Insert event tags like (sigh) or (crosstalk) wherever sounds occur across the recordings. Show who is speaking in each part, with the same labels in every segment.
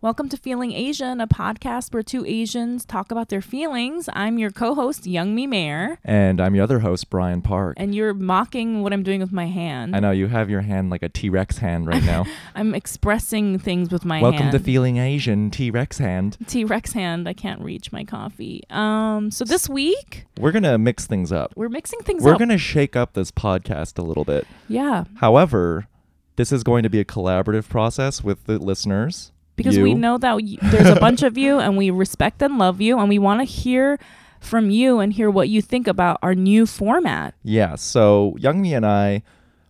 Speaker 1: Welcome to Feeling Asian, a podcast where two Asians talk about their feelings. I'm your co host, Young Me Mayer,
Speaker 2: And I'm your other host, Brian Park.
Speaker 1: and you're mocking what I'm doing with my hand.
Speaker 2: I know you have your hand like a T Rex hand right now.
Speaker 1: I'm expressing things with (laughs) my
Speaker 2: Welcome
Speaker 1: hand.
Speaker 2: to Feeling Asian T Rex hand.
Speaker 1: T Rex hand. I can't reach my coffee. Um, so this week,
Speaker 2: We're going to mix things up.
Speaker 1: we're mixing things
Speaker 2: We're
Speaker 1: up.
Speaker 2: going to shake up this podcast a little bit.
Speaker 1: yeah,
Speaker 2: However, this is going to be a collaborative process with the listeners.
Speaker 1: because
Speaker 2: you.
Speaker 1: we know that y- there's a
Speaker 2: (laughs)
Speaker 1: bunch of you and we respect and love you and we want to hear from you and hear what you think about our new format.
Speaker 2: Yeah, so Young Me and I,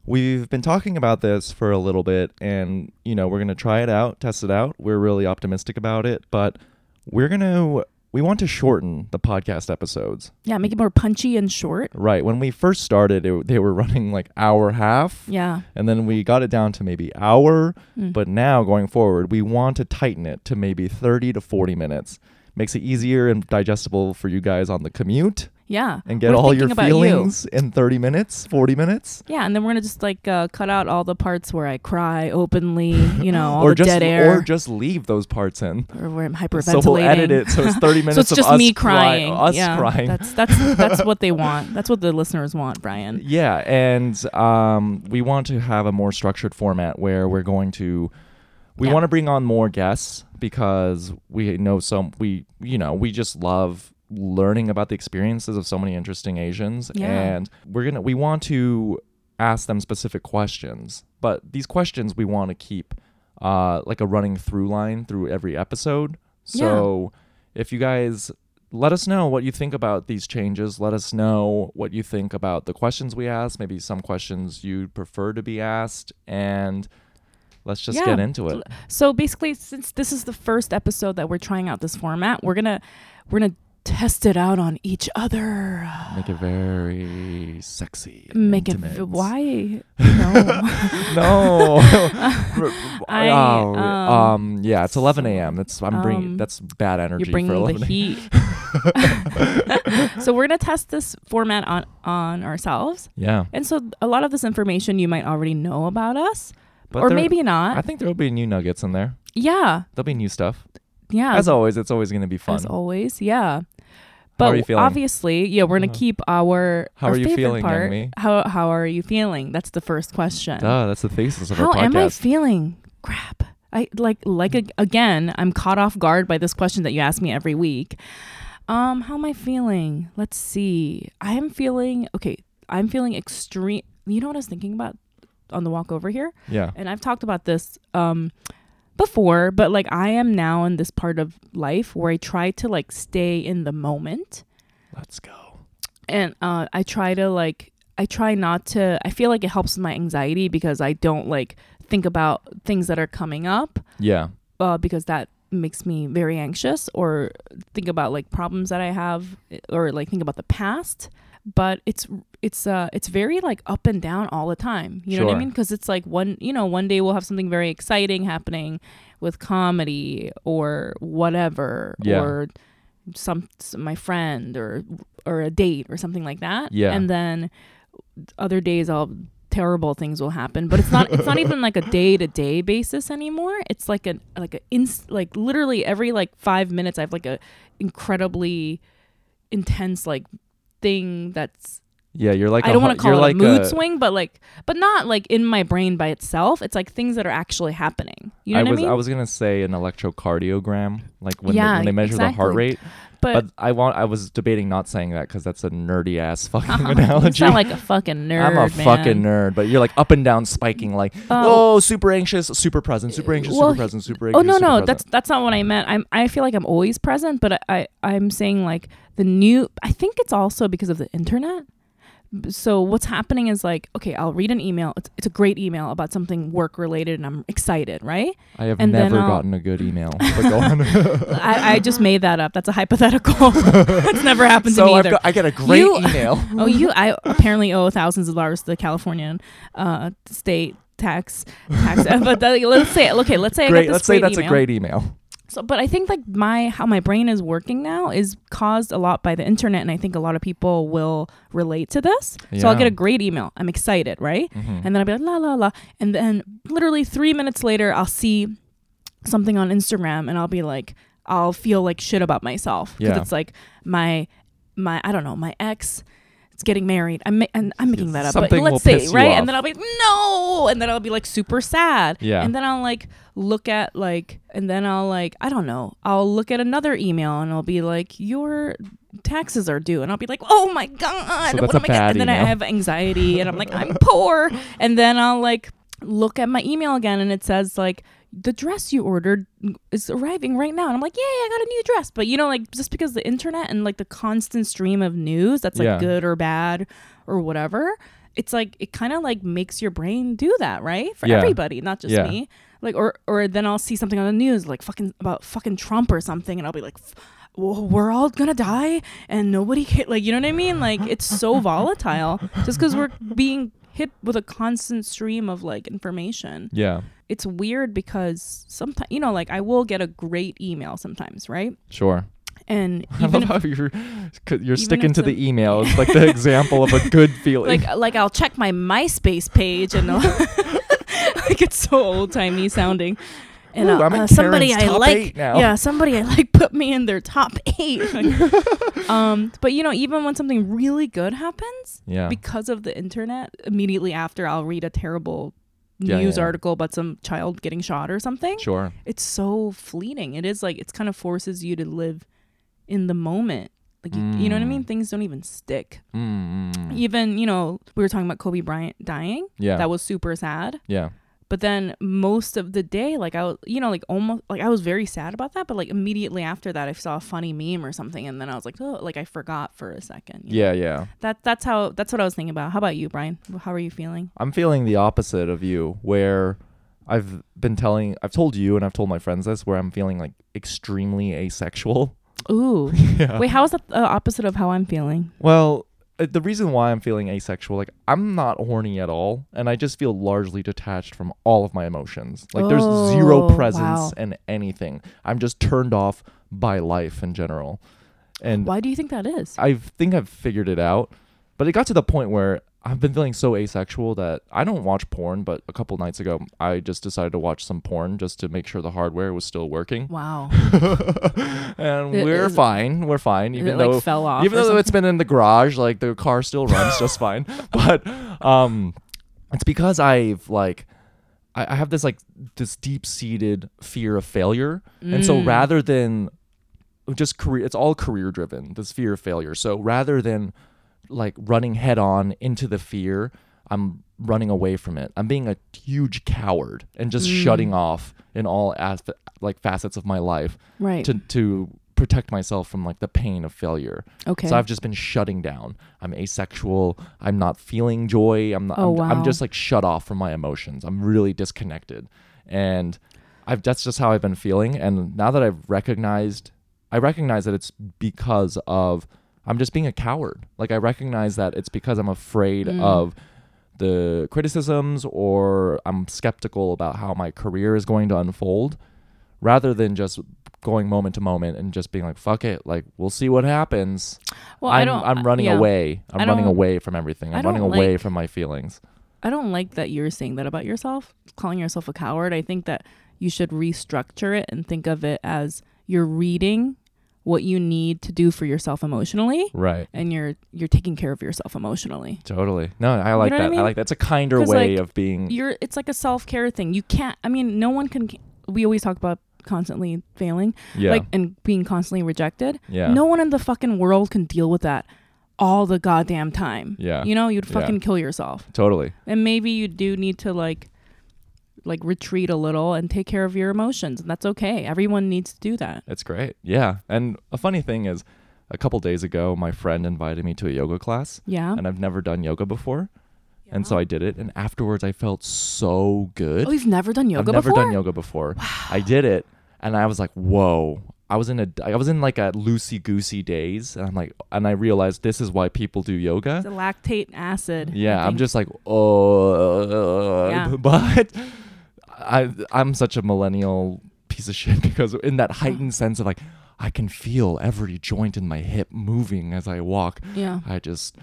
Speaker 2: we've been talking about this for a little bit, and you know we're gonna try it out, test it out. We're really optimistic about it, but we're gonna we want to shorten the podcast episodes.
Speaker 1: Yeah, make it more punchy and short.
Speaker 2: Right when we first started, it, they were (laughs) running like hour half,
Speaker 1: Yeah.
Speaker 2: and then we got it down to maybe hour.
Speaker 1: Mm.
Speaker 2: But now going forward, we want to tighten it to maybe thirty to forty minutes. Makes it easier and digestible for you guys on the commute,
Speaker 1: Yeah.
Speaker 2: and get
Speaker 1: We're
Speaker 2: all your
Speaker 1: thinking about you.
Speaker 2: feelings in thirty minutes, forty minutes.
Speaker 1: Yeah, and then we're gonna just like uh, cut out all the parts where I cry openly, you know,
Speaker 2: (laughs)
Speaker 1: all
Speaker 2: or
Speaker 1: the
Speaker 2: just
Speaker 1: dead air,
Speaker 2: or just leave those parts in.
Speaker 1: or where I'm hyperventilating.
Speaker 2: So we'll edit it so it's 30
Speaker 1: (laughs)
Speaker 2: minutes
Speaker 1: so it's
Speaker 2: of
Speaker 1: just
Speaker 2: us
Speaker 1: me
Speaker 2: cry-
Speaker 1: crying.
Speaker 2: us
Speaker 1: yeah,
Speaker 2: crying.
Speaker 1: That's that's that's
Speaker 2: (laughs)
Speaker 1: what they want. That's what the listeners want, Brian.
Speaker 2: yeah, and um, we want to have a more structured format where we're going to we
Speaker 1: Yeah.
Speaker 2: want to bring on more guests because we know some we you know, we just love learning about the experiences of so many interesting Asians
Speaker 1: Yeah.
Speaker 2: and we're going to we want to ask them specific questions. But these questions we want to keep uh, like a running through line through every episode. So if you guys let us know what you think about these changes, let us know what you think about the questions we asked, maybe some questions you'd prefer to be asked, and let's just
Speaker 1: Yeah.
Speaker 2: get into it.
Speaker 1: So basically, since this is the first episode that we're trying out this format, we're gonna we're gonna test it out on each other.
Speaker 2: Make it very sexy. and
Speaker 1: Make it
Speaker 2: intimate. (laughs)
Speaker 1: why? No. (laughs)
Speaker 2: No.
Speaker 1: I,
Speaker 2: Oh,
Speaker 1: um,
Speaker 2: um, yeah, it's 11 a.m. That's I'm
Speaker 1: um,
Speaker 2: bringing. That's bad energy
Speaker 1: You're
Speaker 2: for
Speaker 1: bringing
Speaker 2: 11
Speaker 1: the heat. (laughs)
Speaker 2: (laughs)
Speaker 1: so we're gonna test this format on on ourselves,
Speaker 2: Yeah,
Speaker 1: and so a lot of this information you might already know about us,
Speaker 2: but
Speaker 1: or
Speaker 2: there-
Speaker 1: maybe not.
Speaker 2: I think there'll be new nuggets in there.
Speaker 1: yeah,
Speaker 2: There'll be new stuff.
Speaker 1: yeah.
Speaker 2: As always, it's always going to be fun.
Speaker 1: Um, As always, yeah.
Speaker 2: How are
Speaker 1: But
Speaker 2: you feeling?
Speaker 1: obviously, yeah, we're gonna
Speaker 2: Uh-huh.
Speaker 1: keep our.
Speaker 2: How
Speaker 1: our
Speaker 2: are you
Speaker 1: favorite
Speaker 2: feeling, young
Speaker 1: part.
Speaker 2: me?
Speaker 1: How how are you feeling? That's the first question.
Speaker 2: Duh, that's the thesis of
Speaker 1: How
Speaker 2: our podcast.
Speaker 1: am I feeling? Crap. I like like ag- again. I'm caught off guard by this question that you ask me every week. Um, how am I feeling? Let's see. I am feeling okay. I'm feeling extreme. You know what I was thinking about on the walk over here,
Speaker 2: yeah.
Speaker 1: and I've talked about this um before, but like I am now in this part of life where I try to like stay in the moment
Speaker 2: Let's go.
Speaker 1: and uh, I try to like I try not to. I feel like it helps with my anxiety because I don't like think about things that are coming up
Speaker 2: Yeah.
Speaker 1: uh, because that makes me very anxious or think about like problems that I have eh, or like think about the past. But it's it's uh it's very like up and down all the time. You know what I
Speaker 2: Sure.
Speaker 1: mean? Because it's like one you know one day we'll have something very exciting happening with comedy or whatever
Speaker 2: Yeah.
Speaker 1: or some s- my friend or or a date or something like that.
Speaker 2: Yeah.
Speaker 1: And then other days I'll terrible things will happen but it's not it's not even like a day-to-day basis anymore it's like an like a inst like literally every like five minutes i have like a incredibly intense like thing that's
Speaker 2: Yeah, you're like
Speaker 1: i don't
Speaker 2: a,
Speaker 1: want to
Speaker 2: hu-
Speaker 1: call
Speaker 2: you're
Speaker 1: it
Speaker 2: like
Speaker 1: a mood
Speaker 2: a-
Speaker 1: swing but like but not like in my brain by itself it's like things that are actually happening you know
Speaker 2: I
Speaker 1: what
Speaker 2: was
Speaker 1: i mean
Speaker 2: was gonna say an electrocardiogram, like when,
Speaker 1: Yeah,
Speaker 2: they, when they measure the heart
Speaker 1: exactly.
Speaker 2: rate.
Speaker 1: but,
Speaker 2: But I want I was debating not saying that because that's a nerdy ass fucking
Speaker 1: (laughs) you
Speaker 2: (laughs) analogy.
Speaker 1: sound like a fucking nerd
Speaker 2: I'm a
Speaker 1: man.
Speaker 2: fucking nerd, but you're like up and down spiking, like
Speaker 1: Oh.
Speaker 2: oh, super anxious, super present, super anxious,
Speaker 1: well,
Speaker 2: super present, super anxious.
Speaker 1: Oh no
Speaker 2: super
Speaker 1: no,
Speaker 2: present."
Speaker 1: that's that's not what I meant. I'm I feel like I'm always present, but I, I I'm saying like the new. I think it's also because of the internet. B- So what's happening is like okay, I'll read an email. It's, it's a great email about something work related, and I'm excited,
Speaker 2: (laughs)
Speaker 1: right?
Speaker 2: I have
Speaker 1: and then
Speaker 2: never
Speaker 1: I'll-
Speaker 2: gotten a good
Speaker 1: (laughs)
Speaker 2: email. But go on.
Speaker 1: I, I just made that up. That's a hypothetical. it's never happened to
Speaker 2: (laughs) so
Speaker 1: me
Speaker 2: I've
Speaker 1: either.
Speaker 2: got, I get a great
Speaker 1: You-
Speaker 2: email.
Speaker 1: oh, you! (laughs) I apparently owe thousands of dollars to the Californian uh, state tax tax. (laughs) but that, let's say okay, let's say I got
Speaker 2: great.
Speaker 1: this
Speaker 2: Let's say that's a
Speaker 1: email.
Speaker 2: great email.
Speaker 1: So, but I think like my how my brain is working now is caused a lot by the internet, and I think a lot of people will relate to this. So I'll
Speaker 2: Yeah.
Speaker 1: get a great email. I'm
Speaker 2: Hmm.
Speaker 1: excited, right? And then I'll be like la la la, and then literally three minutes later, I'll see something on Instagram and I'll be like, I'll feel like shit about myself because
Speaker 2: Yeah.
Speaker 1: it's like my my I don't know my ex. It's getting married. I'm ma- and I'm making that up, but
Speaker 2: Something will
Speaker 1: let's say
Speaker 2: piss you
Speaker 1: right,
Speaker 2: off.
Speaker 1: and then I'll be no, and then I'll be like super sad,
Speaker 2: Yeah.
Speaker 1: and then I'll like look at like, and then I'll like I don't know, I'll look at another email and I'll be like your taxes are due, and I'll be like oh my god,
Speaker 2: So
Speaker 1: what
Speaker 2: that's
Speaker 1: am
Speaker 2: a
Speaker 1: I gonna?
Speaker 2: bad
Speaker 1: And then I
Speaker 2: email.
Speaker 1: have anxiety, and I'm like I'm poor, and then I'll like look at my email again and it says like the dress you ordered is arriving right now and i'm like yay i got a new dress but you know like just because the internet and like the constant stream of news that's like
Speaker 2: Yeah.
Speaker 1: good or bad or whatever it's like it kind of like makes your brain do that right for
Speaker 2: Yeah.
Speaker 1: everybody not just
Speaker 2: Yeah.
Speaker 1: me like or or then i'll see something on the news like fucking about fucking trump or something and i'll be like "F- well, we're all gonna die and nobody ca-. like you know what i mean like it's
Speaker 2: (laughs)
Speaker 1: so volatile just because we're being hit with a constant stream of like information
Speaker 2: Yeah.
Speaker 1: it's weird because sometimes you know like i will get a great email sometimes right
Speaker 2: Sure.
Speaker 1: and
Speaker 2: (laughs) I
Speaker 1: even
Speaker 2: love
Speaker 1: if,
Speaker 2: how you're you're
Speaker 1: if
Speaker 2: sticking to
Speaker 1: the-
Speaker 2: the email.
Speaker 1: (laughs)
Speaker 2: It's like the example of a good feeling.
Speaker 1: like like i'll check my myspace page and (laughs) I'll- like it's so old timey sounding and
Speaker 2: Ooh,
Speaker 1: I'll-
Speaker 2: I'm in
Speaker 1: uh, somebody
Speaker 2: Karen's
Speaker 1: i
Speaker 2: top
Speaker 1: like
Speaker 2: eight now.
Speaker 1: yeah somebody i like put me in their top (laughs) eight Like, um but you know even when something really good happens
Speaker 2: (laughs) yeah.
Speaker 1: because of the internet immediately after i'll read a terrible
Speaker 2: Yeah,
Speaker 1: news
Speaker 2: yeah, yeah.
Speaker 1: article about some child getting shot or something
Speaker 2: Sure.
Speaker 1: it's so fleeting. It is like it's kind of forces you to live in the moment. Like you, you know what I
Speaker 2: Mm.
Speaker 1: mean? Things don't even stick.
Speaker 2: Mm, mm.
Speaker 1: Even, you know, we were talking about Kobe Bryant dying.
Speaker 2: Yeah.
Speaker 1: That was super sad.
Speaker 2: yeah.
Speaker 1: But then most of the day, like I was, you know, like almost like I was very sad about that. But like immediately after that, I saw a funny meme or something. And then I was like, oh, like I forgot for a second. you know?
Speaker 2: Yeah. Yeah.
Speaker 1: That, that's how, that's what I was thinking about. How about you, Brian? How are you feeling?
Speaker 2: I'm feeling the opposite of you, where I've been telling, I've told you and I've told my friends this, where I'm feeling like extremely asexual. (laughs)
Speaker 1: Ooh.
Speaker 2: yeah.
Speaker 1: Wait, how is that the opposite of how I'm feeling?
Speaker 2: Well, uh, the reason why I'm feeling asexual, like I'm not horny at all, and I just feel largely detached from all of my emotions. Like there's
Speaker 1: Oh,
Speaker 2: zero presence
Speaker 1: wow.
Speaker 2: in anything. I'm just turned off by life in general. And
Speaker 1: Why do you think that is?
Speaker 2: I think I've figured it out, but it got to the point where I've been feeling so asexual that I don't watch porn. But a couple nights ago, I just decided to watch some porn just to make sure the hardware was still working. (laughs)
Speaker 1: Wow.
Speaker 2: And
Speaker 1: Is-
Speaker 2: we're
Speaker 1: is-
Speaker 2: fine. We're fine,
Speaker 1: Even
Speaker 2: even
Speaker 1: it
Speaker 2: though
Speaker 1: like fell off.
Speaker 2: even
Speaker 1: or
Speaker 2: though
Speaker 1: something?
Speaker 2: it's been in the garage like the car still runs just
Speaker 1: (laughs)
Speaker 2: fine (laughs) but um it's because i've like i, I have this like this deep-seated fear of failure and so
Speaker 1: Mm.
Speaker 2: rather than just career it's all career driven this fear of failure so rather than like running head on into the fear i'm running away from it i'm being a huge coward and just
Speaker 1: Mm.
Speaker 2: shutting off in all as- like facets of my life
Speaker 1: right.
Speaker 2: to to protect myself from like the pain of failure
Speaker 1: okay.
Speaker 2: so I've just been shutting down. I'm asexual. I'm not feeling joy. I'm not,
Speaker 1: Oh,
Speaker 2: I'm, I'm
Speaker 1: wow.
Speaker 2: just like shut off from my emotions. I'm really disconnected. And I've that's just how I've been feeling and now that I've recognized I recognize that it's because of I'm just being a coward. Like I recognize that it's because I'm afraid
Speaker 1: Mm.
Speaker 2: of the criticisms or I'm skeptical about how my career is going to unfold rather than just going moment to moment and just being like fuck it like we'll see what happens
Speaker 1: well,
Speaker 2: I'm,
Speaker 1: I don't.
Speaker 2: I'm running
Speaker 1: yeah.
Speaker 2: away.
Speaker 1: I
Speaker 2: I'm running
Speaker 1: don't-
Speaker 2: away from everything.
Speaker 1: I
Speaker 2: I'm running
Speaker 1: don't
Speaker 2: away
Speaker 1: like-
Speaker 2: from my feelings.
Speaker 1: I don't like that you're saying that about yourself, calling yourself a coward. I think that you should restructure it and think of it as you're reading what you need to do for yourself emotionally,
Speaker 2: Right.
Speaker 1: and you're you're taking care of yourself emotionally.
Speaker 2: Totally. No, I like
Speaker 1: know what I
Speaker 2: that. I,
Speaker 1: mean?
Speaker 2: like that's a kinder
Speaker 1: 'Cause,
Speaker 2: way
Speaker 1: like,
Speaker 2: of being.
Speaker 1: You're. It's like a self care thing. You can't. I mean, no one can. We always talk about constantly failing,
Speaker 2: yeah.
Speaker 1: like and being constantly rejected.
Speaker 2: yeah.
Speaker 1: No one in the fucking world can deal with that all the goddamn time.
Speaker 2: Yeah.
Speaker 1: You know, you'd
Speaker 2: Yeah.
Speaker 1: fucking kill yourself.
Speaker 2: Totally.
Speaker 1: And maybe you do need to like like retreat a little and take care of your emotions. And that's okay. Everyone needs to do that.
Speaker 2: It's great. Yeah. And a funny thing is, a couple days ago, my friend invited me to a yoga class,
Speaker 1: Yeah.
Speaker 2: and I've never done yoga before, and so I did it. And afterwards, I felt so good.
Speaker 1: Oh, you've never done yoga
Speaker 2: I've never
Speaker 1: before?
Speaker 2: done yoga before. I did it, and I was like, "Whoa!" I was in a, I was in like a loosey goosey days, and I'm like, and I realized this is why people do yoga.
Speaker 1: It's a lactate acid. I
Speaker 2: Yeah, I'm
Speaker 1: think.
Speaker 2: just like, oh,
Speaker 1: Yeah.
Speaker 2: (laughs) but I I'm such a millennial piece of shit (laughs) because in that heightened sense of like, I can feel every joint in my hip moving as I walk.
Speaker 1: Yeah.
Speaker 2: I just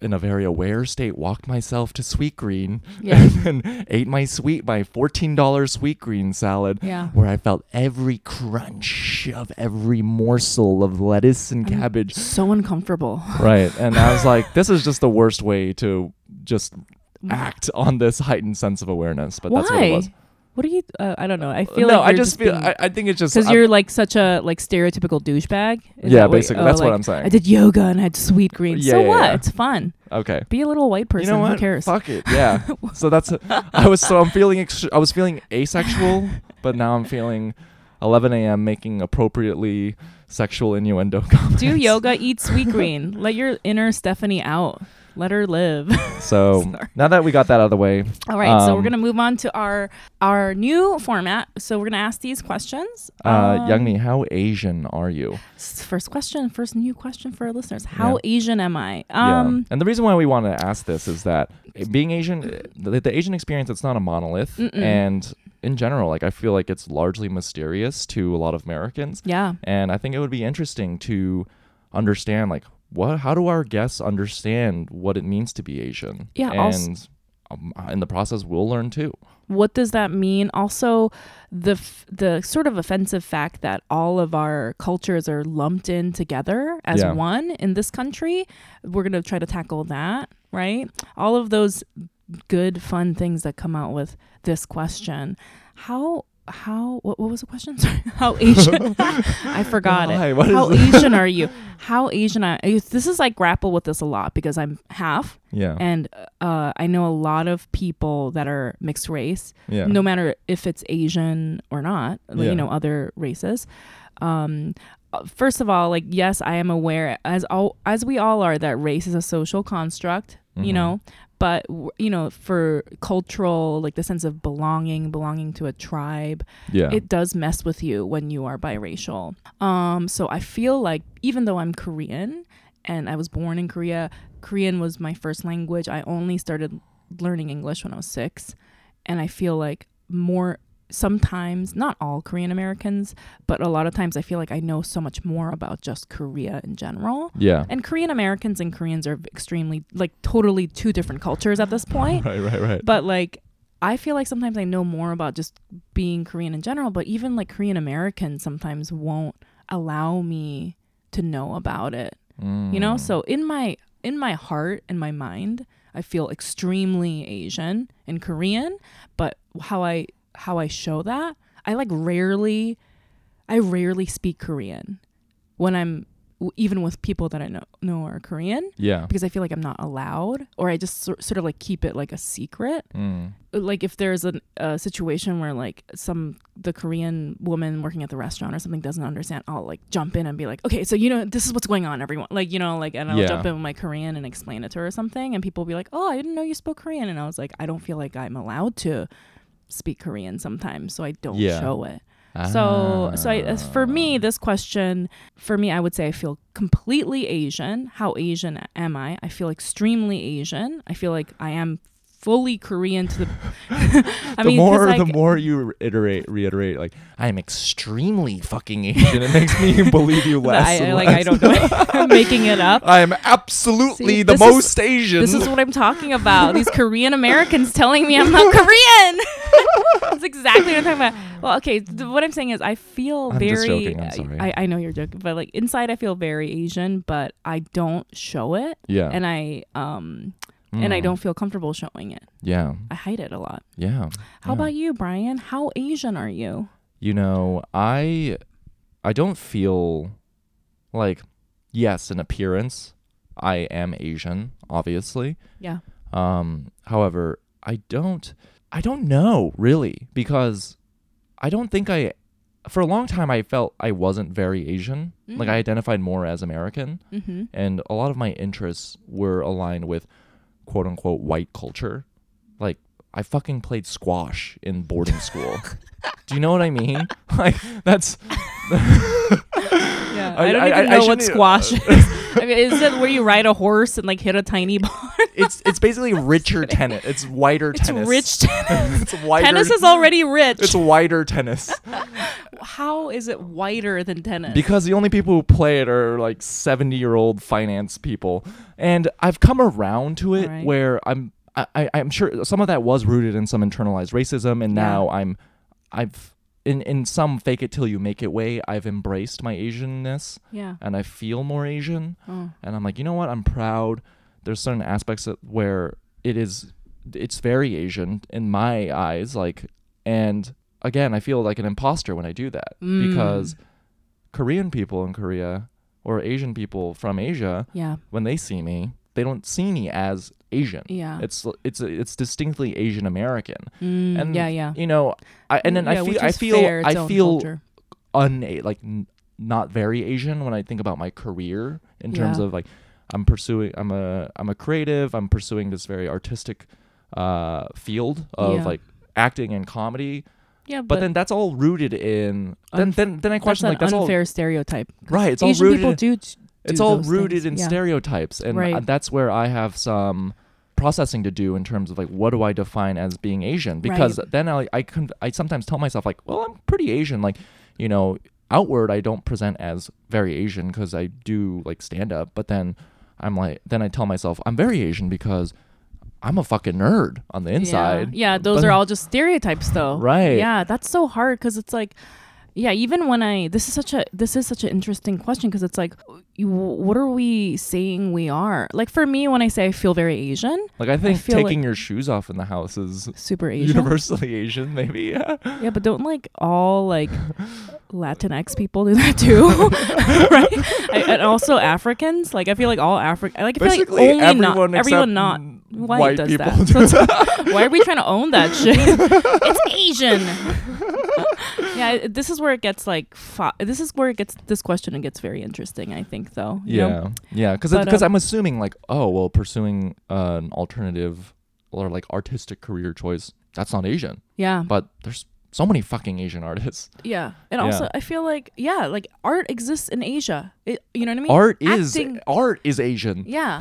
Speaker 2: in a very aware state, walked myself to Sweet Green (laughs)
Speaker 1: Yeah.
Speaker 2: and then ate my sweet my $14 Sweet Green salad (laughs)
Speaker 1: Yeah.
Speaker 2: where I felt every crunch of every morsel of lettuce and
Speaker 1: I'm
Speaker 2: cabbage.
Speaker 1: So uncomfortable.
Speaker 2: Right. And I was like, this is just the worst way to just act on this heightened sense of awareness. But
Speaker 1: Mm. Why?
Speaker 2: that's what it was.
Speaker 1: What are you? Uh, I don't know. I feel
Speaker 2: no,
Speaker 1: like
Speaker 2: I just, feel, I, I think it's just.
Speaker 1: because
Speaker 2: I'm-
Speaker 1: you're like such a like stereotypical douchebag. Is that what
Speaker 2: Yeah,
Speaker 1: you- oh,
Speaker 2: basically, that's what
Speaker 1: like,
Speaker 2: I'm saying.
Speaker 1: I did yoga and had sweet green.
Speaker 2: Yeah,
Speaker 1: so
Speaker 2: yeah,
Speaker 1: what?
Speaker 2: yeah.
Speaker 1: It's fun.
Speaker 2: okay.
Speaker 1: Be a little white person.
Speaker 2: You know what?
Speaker 1: Who cares?
Speaker 2: Fuck it. Yeah. so that's I was so I'm feeling ex- I was feeling asexual, but now I'm feeling 11 a.m. making appropriately sexual innuendo (laughs) comments.
Speaker 1: Do yoga. Eat sweet
Speaker 2: (laughs)
Speaker 1: green. Let your inner Stephanie out. Let her live. (laughs)
Speaker 2: So
Speaker 1: Sorry.
Speaker 2: now that we got that out of the way,
Speaker 1: All right, so we're
Speaker 2: Um,
Speaker 1: gonna move on to our our new format. So we're gonna ask these questions.
Speaker 2: uh, young
Speaker 1: Um,
Speaker 2: me, how Asian are you?
Speaker 1: s- First question, first new question for our listeners: How Asian am I?
Speaker 2: yeah.
Speaker 1: Um,
Speaker 2: And the reason why we want to ask this is that being Asian, the, the Asian experience, it's not a monolith,
Speaker 1: Mm-mm.
Speaker 2: and in general, like I feel like it's largely mysterious to a lot of Americans.
Speaker 1: yeah.
Speaker 2: and i think it would be interesting to understand like what how do our guests understand what it means to be asian
Speaker 1: Yeah, also-
Speaker 2: and um, in the process we'll learn too
Speaker 1: What does that mean? Also, the f- the sort of offensive fact that all of our cultures are lumped in together as
Speaker 2: Yeah.
Speaker 1: one in this country. We're gonna try to tackle that, right? All of those good, fun things that come out with this question. How how what, what was the question? (laughs) Sorry.
Speaker 2: (laughs)
Speaker 1: How Asian? I forgot it.
Speaker 2: Why? What is
Speaker 1: how
Speaker 2: this?
Speaker 1: Asian are you? How Asian I it's- This is I grapple with this a lot because I'm half,
Speaker 2: yeah
Speaker 1: and uh, I know a lot of people that are mixed race,
Speaker 2: yeah
Speaker 1: no matter if it's Asian or not, like,
Speaker 2: Yeah.
Speaker 1: you know, other races. Um, uh, first of all, like yes, I am aware as all as we all are that race is a social construct, you
Speaker 2: Mhm.
Speaker 1: know, but w- you know, for cultural like the sense of belonging, belonging to a tribe,
Speaker 2: yeah
Speaker 1: it does mess with you when you are biracial. Um, so I feel like even though I'm Korean and I was born in Korea, Korean was my first language. I only started learning English when I was six, and I feel like more sometimes not all Korean Americans, but a lot of times I feel like I know so much more about just Korea in general.
Speaker 2: yeah
Speaker 1: And Korean Americans and Koreans are extremely like totally two different cultures at this point
Speaker 2: (laughs) right right right
Speaker 1: but like I feel like sometimes I know more about just being Korean in general, but even like Korean Americans sometimes won't allow me to know about it. You know,
Speaker 2: Mm.
Speaker 1: so in my in my heart and my mind, I feel extremely Asian and Korean, but how I how I show that, I like rarely I rarely speak Korean when I'm even with people that I know know are Korean
Speaker 2: yeah
Speaker 1: because I feel like I'm not allowed or I just sor- sort of like keep it like a secret
Speaker 2: Mm.
Speaker 1: like if there's an, a situation where like some the korean woman working at the restaurant or something doesn't understand i'll like jump in and be like okay so you know this is what's going on everyone like you know like and i'll
Speaker 2: Yeah.
Speaker 1: jump in with my korean and explain it to her or something and people will be like oh i didn't know you spoke korean and i was like i don't feel like i'm allowed to speak korean sometimes so i don't
Speaker 2: Yeah.
Speaker 1: show it
Speaker 2: Ah.
Speaker 1: so so I, as for me this question for me i would say i feel completely asian how asian am i i feel extremely asian i feel like i am fully korean to the (laughs) i
Speaker 2: the
Speaker 1: mean 'cause,
Speaker 2: more
Speaker 1: like,
Speaker 2: the more you iterate reiterate like i'm extremely fucking
Speaker 1: (laughs)
Speaker 2: asian it makes me believe you less
Speaker 1: I, I,
Speaker 2: and
Speaker 1: like
Speaker 2: less.
Speaker 1: i don't know (laughs) i'm making it up
Speaker 2: i am absolutely
Speaker 1: See,
Speaker 2: the
Speaker 1: this is-
Speaker 2: most (laughs) asian
Speaker 1: this is what i'm talking about these korean americans telling me i'm
Speaker 2: (laughs)
Speaker 1: not korean (laughs) that's exactly what i'm talking about well okay th- what i'm saying is i feel
Speaker 2: I'm
Speaker 1: very uh,
Speaker 2: just joking, I'm sorry.
Speaker 1: I, I know you're joking but like inside i feel very asian but i don't show it
Speaker 2: yeah
Speaker 1: and I um and I
Speaker 2: Mm.
Speaker 1: don't feel comfortable showing it.
Speaker 2: yeah
Speaker 1: I hide it a lot.
Speaker 2: yeah
Speaker 1: How
Speaker 2: yeah.
Speaker 1: about you, Brian? How Asian are you?
Speaker 2: you know i i don't feel like yes in appearance i am asian obviously
Speaker 1: Yeah.
Speaker 2: um however i don't i don't know really because i don't think i for a long time i felt i wasn't very asian like
Speaker 1: Mm.
Speaker 2: i identified more as american
Speaker 1: Mm-hmm.
Speaker 2: and a lot of my interests were aligned with quote unquote white culture. Like I fucking played squash in boarding
Speaker 1: (laughs)
Speaker 2: school. Do you know what I mean? (laughs) Like that's
Speaker 1: Yeah.
Speaker 2: I-
Speaker 1: I, don't
Speaker 2: I-
Speaker 1: even
Speaker 2: I- I
Speaker 1: know what
Speaker 2: shouldn't- uh, (laughs)
Speaker 1: squash is. I mean, is it where you ride a horse and like hit a tiny (laughs) bar?
Speaker 2: it's it's
Speaker 1: (laughs)
Speaker 2: basically richer tennis. It's whiter
Speaker 1: It's
Speaker 2: tennis. (laughs)
Speaker 1: rich tennis.
Speaker 2: it's wider.
Speaker 1: tennis is already rich.
Speaker 2: It's wider tennis
Speaker 1: How is it whiter than tennis?
Speaker 2: because the only people who play it are like 70 year old finance people. And I've come around to it
Speaker 1: Right.
Speaker 2: where I'm I, I, I'm sure some of that was rooted in some internalized racism, and
Speaker 1: Yeah.
Speaker 2: now I'm I've in in some fake it till you make it way. I've embraced my Asianness
Speaker 1: yeah.
Speaker 2: and I feel more Asian.
Speaker 1: Oh.
Speaker 2: and I'm like, you know what? I'm proud. There's certain aspects that where it is, it's very Asian in my eyes. Like, and again, I feel like an imposter when I do that
Speaker 1: Mm.
Speaker 2: because Korean people in Korea or Asian people from Asia,
Speaker 1: Yeah.
Speaker 2: when they see me, they don't see me as Asian.
Speaker 1: Yeah.
Speaker 2: It's it's it's distinctly Asian American.
Speaker 1: Mm,
Speaker 2: And
Speaker 1: yeah. Yeah.
Speaker 2: You know, I and then
Speaker 1: Yeah,
Speaker 2: I
Speaker 1: which
Speaker 2: feel I
Speaker 1: is
Speaker 2: feel
Speaker 1: fair, its
Speaker 2: I
Speaker 1: own
Speaker 2: feel
Speaker 1: culture.
Speaker 2: un like n- not very Asian when I think about my career in terms
Speaker 1: Yeah.
Speaker 2: of like I'm pursuing I'm a I'm a creative I'm pursuing this very artistic uh, field of
Speaker 1: Yeah.
Speaker 2: like acting and comedy
Speaker 1: Yeah, but,
Speaker 2: but, then that's all rooted in then
Speaker 1: Unf-
Speaker 2: then then I
Speaker 1: that's
Speaker 2: question
Speaker 1: an
Speaker 2: like that's
Speaker 1: unfair stereotype. 'Cause
Speaker 2: all right it's
Speaker 1: Asian
Speaker 2: all rooted
Speaker 1: people
Speaker 2: in,
Speaker 1: do. t-
Speaker 2: it's
Speaker 1: do
Speaker 2: all
Speaker 1: those
Speaker 2: rooted
Speaker 1: things.
Speaker 2: in
Speaker 1: yeah.
Speaker 2: stereotypes and
Speaker 1: Right.
Speaker 2: uh, that's where I have some processing to do in terms of like what do I define as being Asian because then I I, con- I sometimes tell myself like well I'm pretty Asian like you know outward I don't present as very Asian because I do like stand up but then I'm like then I tell myself I'm very Asian because I'm a fucking nerd on the inside
Speaker 1: Yeah, yeah those
Speaker 2: But-
Speaker 1: are all just stereotypes, though.
Speaker 2: Right.
Speaker 1: Yeah, that's so hard because it's like, yeah, even when I this is such a this is such an interesting question because it's like, you, what are we saying we are? Like for me, when I say I feel very Asian,
Speaker 2: like I think
Speaker 1: feel like-
Speaker 2: taking your shoes off in the house is
Speaker 1: super Asian.
Speaker 2: universally (laughs) Asian maybe yeah
Speaker 1: Yeah, but don't like all
Speaker 2: (laughs)
Speaker 1: like Latinx people do that too, (laughs) right? I, and also Africans. Like I feel like all African. Like I feel like
Speaker 2: basically
Speaker 1: only not
Speaker 2: everyone except
Speaker 1: everyone not white,
Speaker 2: white
Speaker 1: does
Speaker 2: people (laughs)
Speaker 1: that. (laughs) So it's like, why are we trying to own that shit? it's Asian. (laughs) yeah, it- this is where it gets like. Fi- this is where it gets. This question it gets very interesting. I think though. you
Speaker 2: Yeah,
Speaker 1: know?
Speaker 2: yeah, because
Speaker 1: But,
Speaker 2: because
Speaker 1: um,
Speaker 2: I'm assuming like oh well, pursuing uh, an alternative or like artistic career choice that's not Asian,
Speaker 1: Yeah.
Speaker 2: but there's so many fucking Asian artists.
Speaker 1: yeah. And
Speaker 2: Yeah.
Speaker 1: also, I feel like yeah, like art exists in Asia. It, you know what I mean?
Speaker 2: art is
Speaker 1: Acting-
Speaker 2: art is Asian. (laughs)
Speaker 1: Yeah.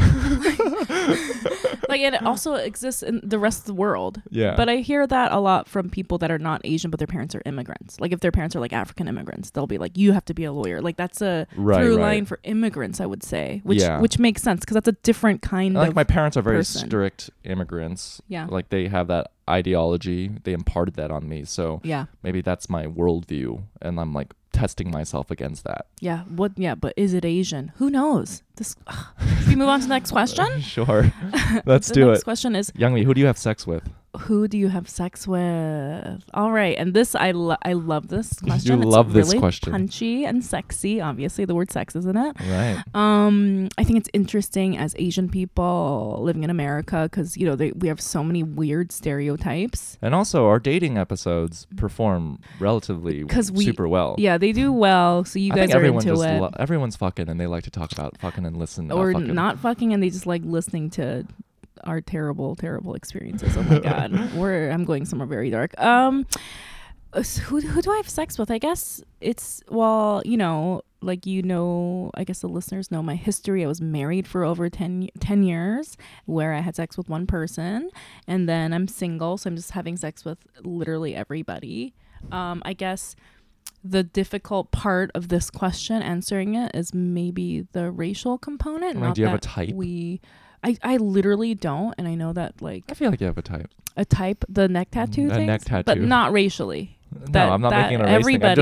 Speaker 1: (laughs) like and it also exists in the rest of the world.
Speaker 2: Yeah,
Speaker 1: But I hear that a lot from people that are not Asian but their parents are immigrants. Like if their parents are like African immigrants, they'll be like you have to be a lawyer. Like that's a
Speaker 2: Right,
Speaker 1: through
Speaker 2: right.
Speaker 1: line for immigrants, I would say, which
Speaker 2: Yeah.
Speaker 1: which makes sense cuz that's a different kind
Speaker 2: like
Speaker 1: of
Speaker 2: my parents are very
Speaker 1: person.
Speaker 2: strict immigrants.
Speaker 1: Yeah.
Speaker 2: like they have that ideology. They imparted that on me, so
Speaker 1: Yeah.
Speaker 2: maybe that's my worldview, and I'm like testing myself against that.
Speaker 1: Yeah, what yeah, but is it Asian? Who knows? This ugh. Should we move on to the next
Speaker 2: (laughs)
Speaker 1: question?
Speaker 2: sure,
Speaker 1: (laughs)
Speaker 2: let's
Speaker 1: the
Speaker 2: do
Speaker 1: next
Speaker 2: it.
Speaker 1: question is
Speaker 2: Young Lee, who do you have sex with?
Speaker 1: who do you have sex with? All right, and this I lo- I love this question. It's
Speaker 2: love this
Speaker 1: really
Speaker 2: question.
Speaker 1: Punchy and sexy. Obviously, the word sex is in it.
Speaker 2: Right.
Speaker 1: Um, I think it's interesting as Asian people living in America because you know they, we have so many weird stereotypes.
Speaker 2: (laughs) And also, our dating episodes perform relatively
Speaker 1: 'Cause Mm. we-
Speaker 2: super well.
Speaker 1: Yeah, they do well. So you
Speaker 2: Oh. I
Speaker 1: guys
Speaker 2: think
Speaker 1: are
Speaker 2: everyone
Speaker 1: into
Speaker 2: just
Speaker 1: it,
Speaker 2: lo- everyone's fucking, and they like to talk about fucking and listen. about
Speaker 1: or
Speaker 2: fucking.
Speaker 1: not fucking, and they just like listening to our terrible, terrible experiences. Oh
Speaker 2: (laughs)
Speaker 1: my god, we're I'm going somewhere very dark. Um, s- who who do I have sex with? I guess it's well, you know, like you know, I guess the listeners know my history. I was married for over 10, y- 10 years, where I had sex with one person, and then I'm single, so I'm just having sex with literally everybody. Um, I guess the difficult part of this question answering it is maybe the racial component.
Speaker 2: Like,
Speaker 1: not
Speaker 2: do you have a
Speaker 1: that
Speaker 2: type?
Speaker 1: We, I, I literally don't, and I know that like
Speaker 2: I feel like you have a type.
Speaker 1: a type, the neck tattoo,
Speaker 2: The
Speaker 1: things,
Speaker 2: Mm, neck
Speaker 1: but
Speaker 2: tattoo.
Speaker 1: not racially. That-
Speaker 2: no, I'm not
Speaker 1: that
Speaker 2: making a race thing. I'm just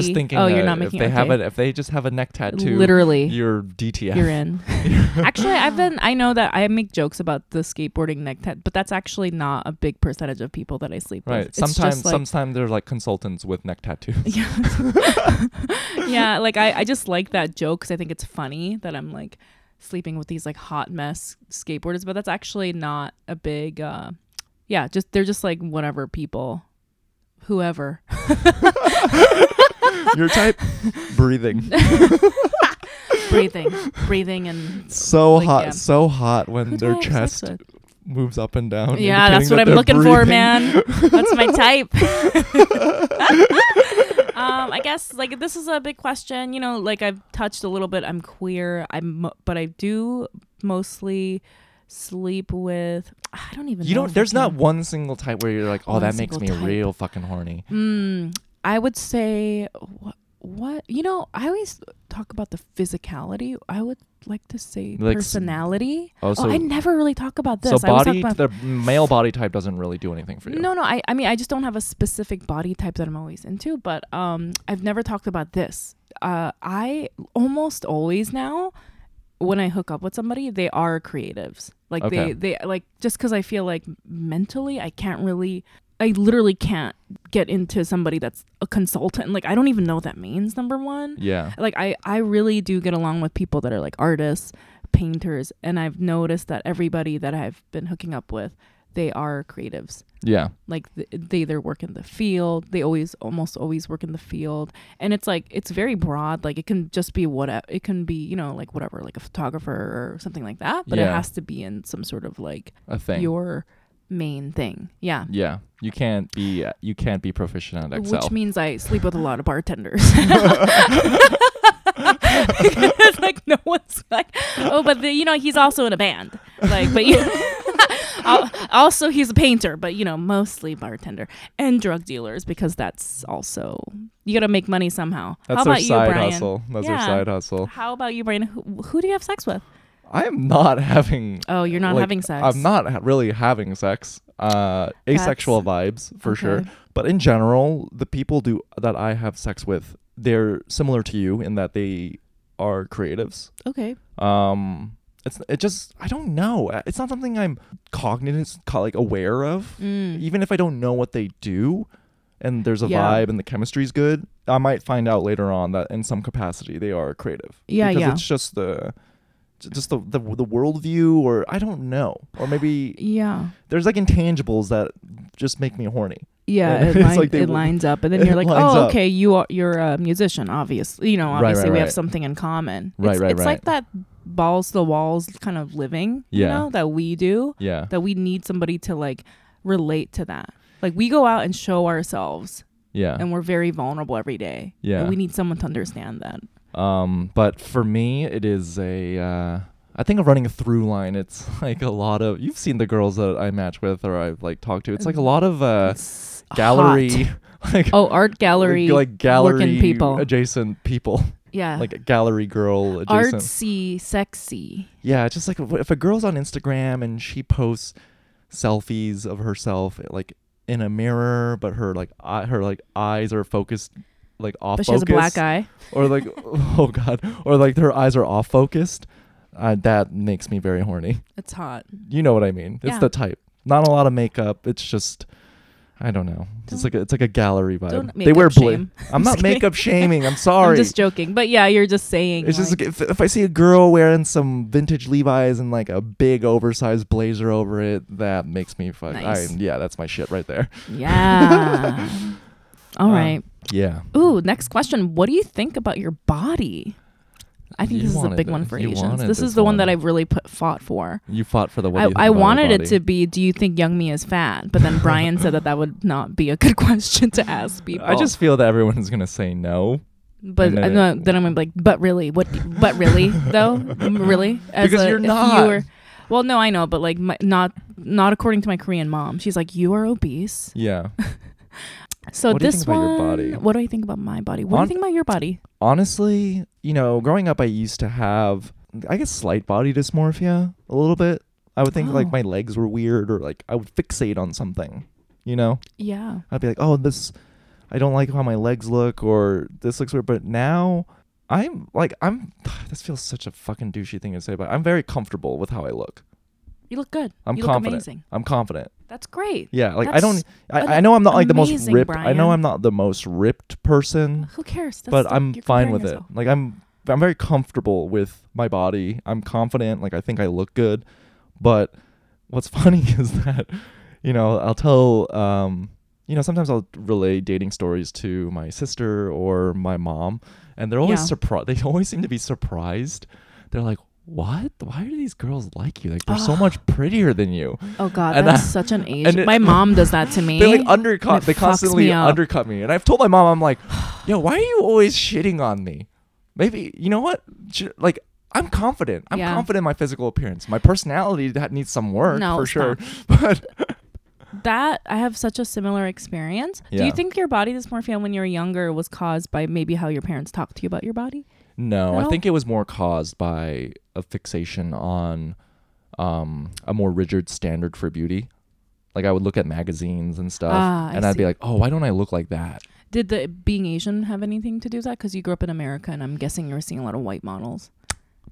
Speaker 1: everybody-
Speaker 2: thinking.
Speaker 1: oh, you're
Speaker 2: that
Speaker 1: not
Speaker 2: if
Speaker 1: making
Speaker 2: they
Speaker 1: it,
Speaker 2: have
Speaker 1: okay.
Speaker 2: a, if they just have a neck tattoo,
Speaker 1: Literally, you're,
Speaker 2: you're DTF.
Speaker 1: in.
Speaker 2: (laughs)
Speaker 1: actually, I've been. I know that I make jokes about the skateboarding neck tattoo, but that's actually not a big percentage of people that I sleep
Speaker 2: Right.
Speaker 1: with. It's just,
Speaker 2: sometimes,
Speaker 1: like,
Speaker 2: sometimes they're like consultants with neck
Speaker 1: (laughs)
Speaker 2: tattoos.
Speaker 1: yeah, like I, I just like that joke because I think it's funny that I'm like sleeping with these like hot mess skateboarders, but that's actually not a big, uh, yeah, just they're just like whatever people, whoever.
Speaker 2: (laughs) Your type,
Speaker 1: (laughs)
Speaker 2: breathing.
Speaker 1: breathing, breathing, and
Speaker 2: So
Speaker 1: Like,
Speaker 2: hot,
Speaker 1: yeah.
Speaker 2: so hot when
Speaker 1: Who do I
Speaker 2: their
Speaker 1: have sex
Speaker 2: chest
Speaker 1: with?
Speaker 2: moves up and down.
Speaker 1: Yeah,
Speaker 2: indicating
Speaker 1: that's what
Speaker 2: that
Speaker 1: I'm
Speaker 2: they're
Speaker 1: looking for,
Speaker 2: breathing.
Speaker 1: man. That's my type.
Speaker 2: (laughs)
Speaker 1: um, I guess like this is a big question. You know, like I've touched a little bit. I'm queer. I'm, mo- but I do mostly sleep with. I don't even.
Speaker 2: You
Speaker 1: know
Speaker 2: don't.
Speaker 1: if I
Speaker 2: There's not
Speaker 1: can-
Speaker 2: one single type where you're like, oh,
Speaker 1: One
Speaker 2: that makes me
Speaker 1: single type.
Speaker 2: real fucking horny.
Speaker 1: Mm, I would say what what you know. I always talk about the physicality. I would like to say
Speaker 2: Like s-
Speaker 1: personality.
Speaker 2: Oh, so
Speaker 1: oh, I never really talk about this.
Speaker 2: so
Speaker 1: I always talk
Speaker 2: body,
Speaker 1: about
Speaker 2: the male body type doesn't really do anything for you.
Speaker 1: No, no. I, I mean, I just don't have a specific body type that I'm always into, but um, I've never talked about this. Uh, I almost always now, when I hook up with somebody, they are creatives. Like
Speaker 2: Okay.
Speaker 1: they, they like just because I feel like mentally I can't really, I literally can't get into somebody that's a consultant. Like I don't even know what that means. Number one,
Speaker 2: Yeah.
Speaker 1: like I, I really do get along with people that are like artists painters and i've noticed that everybody that i've been hooking up with they are creatives
Speaker 2: Yeah.
Speaker 1: like th- they either work in the field they always almost always work in the field and it's like it's very broad like it can just be what it can be you know like whatever like a photographer or something like that but it
Speaker 2: Yeah.
Speaker 1: has to be in some sort of like
Speaker 2: A thing.
Speaker 1: your main thing yeah
Speaker 2: yeah. You can't be. uh, You can't be proficient at Excel. (laughs)
Speaker 1: which means i sleep with a lot of bartenders (laughs) Because, like no one's like oh but the, you know he's also in a band like but you (laughs) Al- also he's a painter but you know mostly bartender and drug dealers because that's also you gotta make money somehow
Speaker 2: That's
Speaker 1: how
Speaker 2: their
Speaker 1: about you
Speaker 2: side
Speaker 1: brian
Speaker 2: hustle. That's
Speaker 1: Yeah.
Speaker 2: their side hustle.
Speaker 1: how about you brian who, who do you have sex with
Speaker 2: I am not having.
Speaker 1: oh you're not
Speaker 2: like,
Speaker 1: having sex
Speaker 2: I'm not ha- really having sex. Uh, asexual vibes for sure.
Speaker 1: okay.
Speaker 2: But in general, the people do that I have sex with, they're similar to you in that they are creatives.
Speaker 1: okay
Speaker 2: Um, it's it just I don't know. Uh, It's not something I'm cognizant, co- like aware of.
Speaker 1: Mm.
Speaker 2: Even if I don't know what they do, and there's a
Speaker 1: Yeah.
Speaker 2: vibe and the chemistry's good, I might find out later on that in some capacity they are creative.
Speaker 1: Yeah,
Speaker 2: because
Speaker 1: yeah.
Speaker 2: it's just the j- just the, the the worldview, or I don't know, or maybe
Speaker 1: yeah
Speaker 2: there's like intangibles that just make me horny.
Speaker 1: Yeah, it,
Speaker 2: (laughs) It's
Speaker 1: line,
Speaker 2: like they
Speaker 1: it
Speaker 2: will-
Speaker 1: lines up,
Speaker 2: (laughs)
Speaker 1: and then
Speaker 2: it
Speaker 1: you're like,
Speaker 2: lines
Speaker 1: oh,
Speaker 2: up.
Speaker 1: okay, you are you're a musician, obviously. You know,
Speaker 2: Right, right,
Speaker 1: obviously we have
Speaker 2: right.
Speaker 1: something in common.
Speaker 2: Right,
Speaker 1: it's,
Speaker 2: right,
Speaker 1: It's like that balls to the walls kind of living, you
Speaker 2: Yeah.
Speaker 1: know, that we do.
Speaker 2: Yeah,
Speaker 1: That we need somebody to like relate to that. Like we go out and show ourselves,
Speaker 2: yeah.
Speaker 1: and we're very vulnerable every day.
Speaker 2: Uh. Yeah.
Speaker 1: and we need someone to understand that.
Speaker 2: Um, but for me, it is a. Uh, I think of running a through line. It's (laughs) like a lot of. You've seen the girls that I match with or I've like talked to. It's like a lot of uh,
Speaker 1: It's hot.
Speaker 2: gallery, (laughs) like
Speaker 1: Oh, art gallery.
Speaker 2: like, like gallery
Speaker 1: working people.
Speaker 2: adjacent people,
Speaker 1: yeah.
Speaker 2: like a gallery girl adjacent.
Speaker 1: artsy, sexy.
Speaker 2: Yeah, it's just like if a girl's on Instagram and she posts selfies of herself eh, like in a mirror, but her like eye, her like eyes are focused like off.
Speaker 1: But she has a
Speaker 2: focus
Speaker 1: black eye.
Speaker 2: or like (laughs) oh god or like their eyes are off focused uh, that makes me very horny
Speaker 1: It's hot.
Speaker 2: you know what i mean it's
Speaker 1: Yeah.
Speaker 2: the type not a lot of makeup it's just i don't know it's like a, it's like a gallery vibe
Speaker 1: Don't
Speaker 2: they
Speaker 1: makeup
Speaker 2: wear blue
Speaker 1: shame.
Speaker 2: (laughs) i'm
Speaker 1: just
Speaker 2: not
Speaker 1: kidding.
Speaker 2: makeup shaming i'm
Speaker 1: (laughs)
Speaker 2: sorry
Speaker 1: I'm just joking, but yeah, you're just saying.
Speaker 2: it's just
Speaker 1: like-
Speaker 2: like, if, if i see a girl wearing some vintage levi's and like a big oversized blazer over it that makes me fuck
Speaker 1: Nice.
Speaker 2: I, yeah that's my shit right there (laughs)
Speaker 1: yeah. All
Speaker 2: Um,
Speaker 1: right.
Speaker 2: yeah
Speaker 1: Ooh, next question. What do you think about your body? I think
Speaker 2: You
Speaker 1: this is a
Speaker 2: wanted
Speaker 1: big
Speaker 2: this.
Speaker 1: one for
Speaker 2: You
Speaker 1: Asians.
Speaker 2: wanted
Speaker 1: This,
Speaker 2: this
Speaker 1: is the one that
Speaker 2: one.
Speaker 1: I've really put fought for.
Speaker 2: you fought for the what do
Speaker 1: I,
Speaker 2: you think
Speaker 1: I
Speaker 2: about my
Speaker 1: wanted it
Speaker 2: body?
Speaker 1: to be, do you think Young Me is fat? But then Brian said that that would not be a good (laughs) question to ask people.
Speaker 2: i just feel that everyone's gonna say no
Speaker 1: but
Speaker 2: and then
Speaker 1: uh, no, then I'm gonna be like, but really, what? But really, though, Mm, really,
Speaker 2: (laughs) Because you're
Speaker 1: if
Speaker 2: not.
Speaker 1: well, no, I know, but like, my, not not according to my Korean mom. She's like, you are obese.
Speaker 2: yeah
Speaker 1: So
Speaker 2: What do you
Speaker 1: this
Speaker 2: think about your
Speaker 1: one,
Speaker 2: body?
Speaker 1: what do I think about my body? What do you
Speaker 2: On-
Speaker 1: think about your body?
Speaker 2: honestly, you know, growing up, I used to have, I guess, slight body dysmorphia a little bit. I would think
Speaker 1: Oh.
Speaker 2: like my legs were weird or like I would fixate on something, you know?
Speaker 1: Yeah.
Speaker 2: I'd be like, oh, this, I don't like how my legs look or this looks weird. But now I'm like, I'm, (sighs) this feels such a fucking douchey thing to say, but I'm very comfortable with how I look.
Speaker 1: You look good.
Speaker 2: I'm
Speaker 1: you
Speaker 2: confident.
Speaker 1: look amazing.
Speaker 2: I'm confident.
Speaker 1: That's great.
Speaker 2: Yeah. Like, I
Speaker 1: That's
Speaker 2: don't,
Speaker 1: an-
Speaker 2: I, I know I'm not like the most
Speaker 1: amazing,
Speaker 2: ripped. I know
Speaker 1: Brian.
Speaker 2: I'm not the most ripped person
Speaker 1: Who cares? That's
Speaker 2: but
Speaker 1: the-
Speaker 2: I'm
Speaker 1: you're
Speaker 2: fine
Speaker 1: comparing
Speaker 2: with
Speaker 1: yourself.
Speaker 2: it. Like I'm I'm very comfortable with my body. I'm confident. Like I think I look good. But what's (laughs) funny is that you know I'll tell um, you know sometimes I'll relay dating stories to my sister or my mom, and they're always
Speaker 1: Yeah.
Speaker 2: surprised. They (laughs) always seem to be surprised. They're like. What? Why do these girls like you? Like they're
Speaker 1: Ah.
Speaker 2: so much prettier than you.
Speaker 1: Oh God,
Speaker 2: And
Speaker 1: that's
Speaker 2: I-
Speaker 1: such an age.
Speaker 2: (laughs) and it-
Speaker 1: my mom does that
Speaker 2: (laughs)
Speaker 1: to me.
Speaker 2: They like undercut.
Speaker 1: it
Speaker 2: They
Speaker 1: fucks
Speaker 2: constantly
Speaker 1: me up.
Speaker 2: undercut me, and I've told my mom, I'm like, "Yo, why are you always shitting on me? Maybe you know what? Sh- Like, I'm confident. I'm
Speaker 1: Yeah.
Speaker 2: confident in my physical appearance. My personality that needs some work
Speaker 1: No,
Speaker 2: for sure.
Speaker 1: stop.
Speaker 2: (laughs) But
Speaker 1: That I have such a similar experience. Do
Speaker 2: Yeah.
Speaker 1: you think your body dysmorphia when you were younger was caused by maybe how your parents talked to you about your body?
Speaker 2: no, I
Speaker 1: No?
Speaker 2: think it was more caused by a fixation on um, a more rigid standard for beauty. Like I would look at magazines and stuff,
Speaker 1: Ah, I
Speaker 2: and I'd
Speaker 1: see.
Speaker 2: be like, "Oh, why don't I look like that?"
Speaker 1: Did the being Asian have anything to do with that? Because you grew up in America, and I'm guessing you were seeing a lot of white models.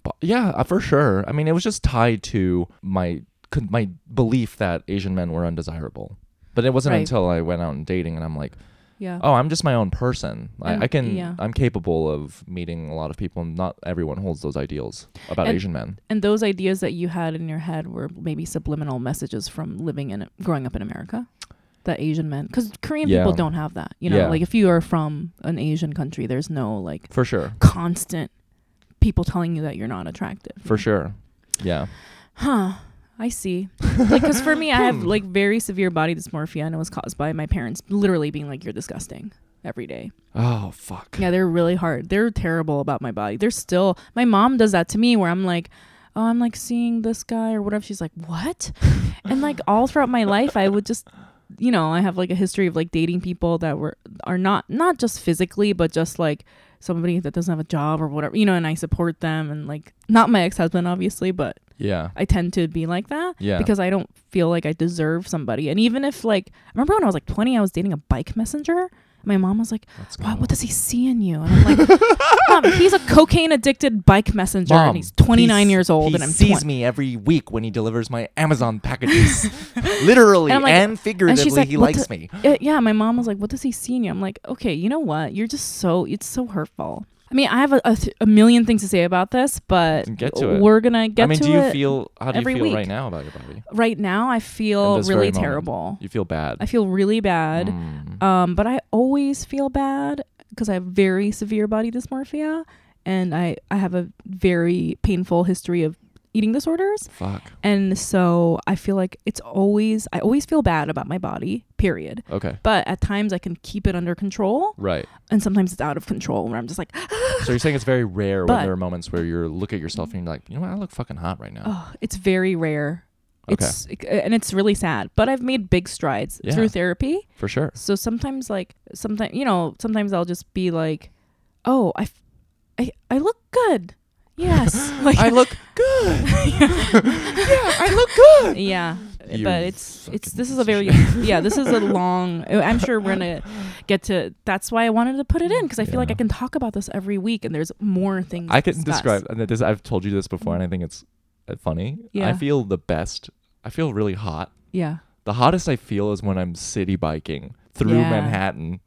Speaker 2: But yeah, uh, for sure. I mean, it was just tied to my con- my belief that Asian men were undesirable. But it wasn't
Speaker 1: Right.
Speaker 2: until I went out and dating, and I'm like,
Speaker 1: Yeah.
Speaker 2: oh, I'm just my own person.
Speaker 1: And-
Speaker 2: I, I can,
Speaker 1: yeah.
Speaker 2: I'm capable of meeting a lot of people, and not everyone holds those ideals about
Speaker 1: And-
Speaker 2: Asian men.
Speaker 1: And those ideas that you had in your head were maybe subliminal messages from living in growing up in America. That Asian men, because Korean
Speaker 2: Yeah.
Speaker 1: people don't have that. You know,
Speaker 2: Yeah.
Speaker 1: like if you are from an Asian country, there's no like
Speaker 2: For sure,
Speaker 1: constant people telling you that you're not attractive.
Speaker 2: for sure. Yeah,
Speaker 1: Huh. I see. Like, because for me, I
Speaker 2: (laughs)
Speaker 1: have like very severe body dysmorphia, and it was caused by my parents literally being like, "You're disgusting." Every day.
Speaker 2: Oh fuck.
Speaker 1: Yeah, they're really hard. They're terrible about my body. They're still. My mom does that to me, where I'm like, "Oh, I'm like seeing this guy or whatever." She's like, "What?" and like all throughout my life, I would just, you know, I have like a history of like dating people that were are not not just physically, but just like somebody that doesn't have a job or whatever, you know. And I support them, and like not my ex husband, obviously, but
Speaker 2: Yeah.
Speaker 1: I tend to be like that
Speaker 2: Yeah.
Speaker 1: because I don't feel like I deserve somebody. And even if like I remember when I was like 20, I was dating a bike messenger. My mom was like,
Speaker 2: Let's
Speaker 1: "Wow,
Speaker 2: go.
Speaker 1: what does he see in you?" And I'm
Speaker 2: (laughs)
Speaker 1: like, "Mom, he's a cocaine addicted bike messenger,
Speaker 2: Mom,
Speaker 1: and he's 29
Speaker 2: he s-
Speaker 1: years old,
Speaker 2: he
Speaker 1: and I'm
Speaker 2: sees
Speaker 1: 20."
Speaker 2: me every week when he delivers my
Speaker 1: (laughs)
Speaker 2: Amazon packages, literally
Speaker 1: And I'm
Speaker 2: and,
Speaker 1: like-
Speaker 2: figuratively.
Speaker 1: like,
Speaker 2: he
Speaker 1: "What
Speaker 2: likes
Speaker 1: the-
Speaker 2: me.
Speaker 1: Uh, yeah, my mom was like, "What does he see in you?" I'm like, "Okay, you know what? You're just so it's so hurtful." I mean, I have a, a, th- a million things to say about this, but
Speaker 2: Get to it.
Speaker 1: we're gonna get
Speaker 2: I mean,
Speaker 1: to
Speaker 2: do you
Speaker 1: it.
Speaker 2: feel? How do you
Speaker 1: every
Speaker 2: feel right
Speaker 1: week.
Speaker 2: now about your body?
Speaker 1: right now, I
Speaker 2: In
Speaker 1: feel
Speaker 2: this very
Speaker 1: really
Speaker 2: moment,
Speaker 1: terrible.
Speaker 2: You feel bad.
Speaker 1: I feel really bad.
Speaker 2: Mm.
Speaker 1: Um, but I always feel bad because I have very severe body dysmorphia and I, I have a very painful history of eating disorders.
Speaker 2: Fuck.
Speaker 1: And so I feel like it's always, I always feel bad about my body, period.
Speaker 2: Okay.
Speaker 1: But at times I can keep it under control
Speaker 2: Right.
Speaker 1: and sometimes it's out of control where I'm just like,
Speaker 2: So
Speaker 1: (laughs)
Speaker 2: you're saying it's very rare when
Speaker 1: But-
Speaker 2: there are moments where you look at yourself and you're like, you know what, I look fucking hot right now.
Speaker 1: oh, it's very rare.
Speaker 2: Okay.
Speaker 1: It's, and it's really sad, but I've made big strides
Speaker 2: Yeah.
Speaker 1: through therapy. (laughs)
Speaker 2: For sure.
Speaker 1: So sometimes, like, sometimes, you know, sometimes I'll just be like, oh, I, f- I, I look good. Yes. (laughs) like,
Speaker 2: I look (laughs)
Speaker 1: (laughs)
Speaker 2: good. yeah, I look good.
Speaker 1: yeah.
Speaker 2: (laughs) You
Speaker 1: but it's, it's,
Speaker 2: fucking
Speaker 1: this is
Speaker 2: piece
Speaker 1: a
Speaker 2: of
Speaker 1: very, yeah, this is
Speaker 2: (laughs)
Speaker 1: a long, I'm sure we're going to get to, that's why I wanted to put it in because I feel like
Speaker 2: Yeah.
Speaker 1: I can talk about this every week and there's more things.
Speaker 2: I
Speaker 1: to
Speaker 2: can
Speaker 1: discuss.
Speaker 2: describe, and this, I've told you this before, and I think it's uh, funny. I
Speaker 1: Yeah.
Speaker 2: feel the best. I feel really hot.
Speaker 1: Yeah.
Speaker 2: The hottest I feel is when I'm city biking through
Speaker 1: Yeah.
Speaker 2: Manhattan,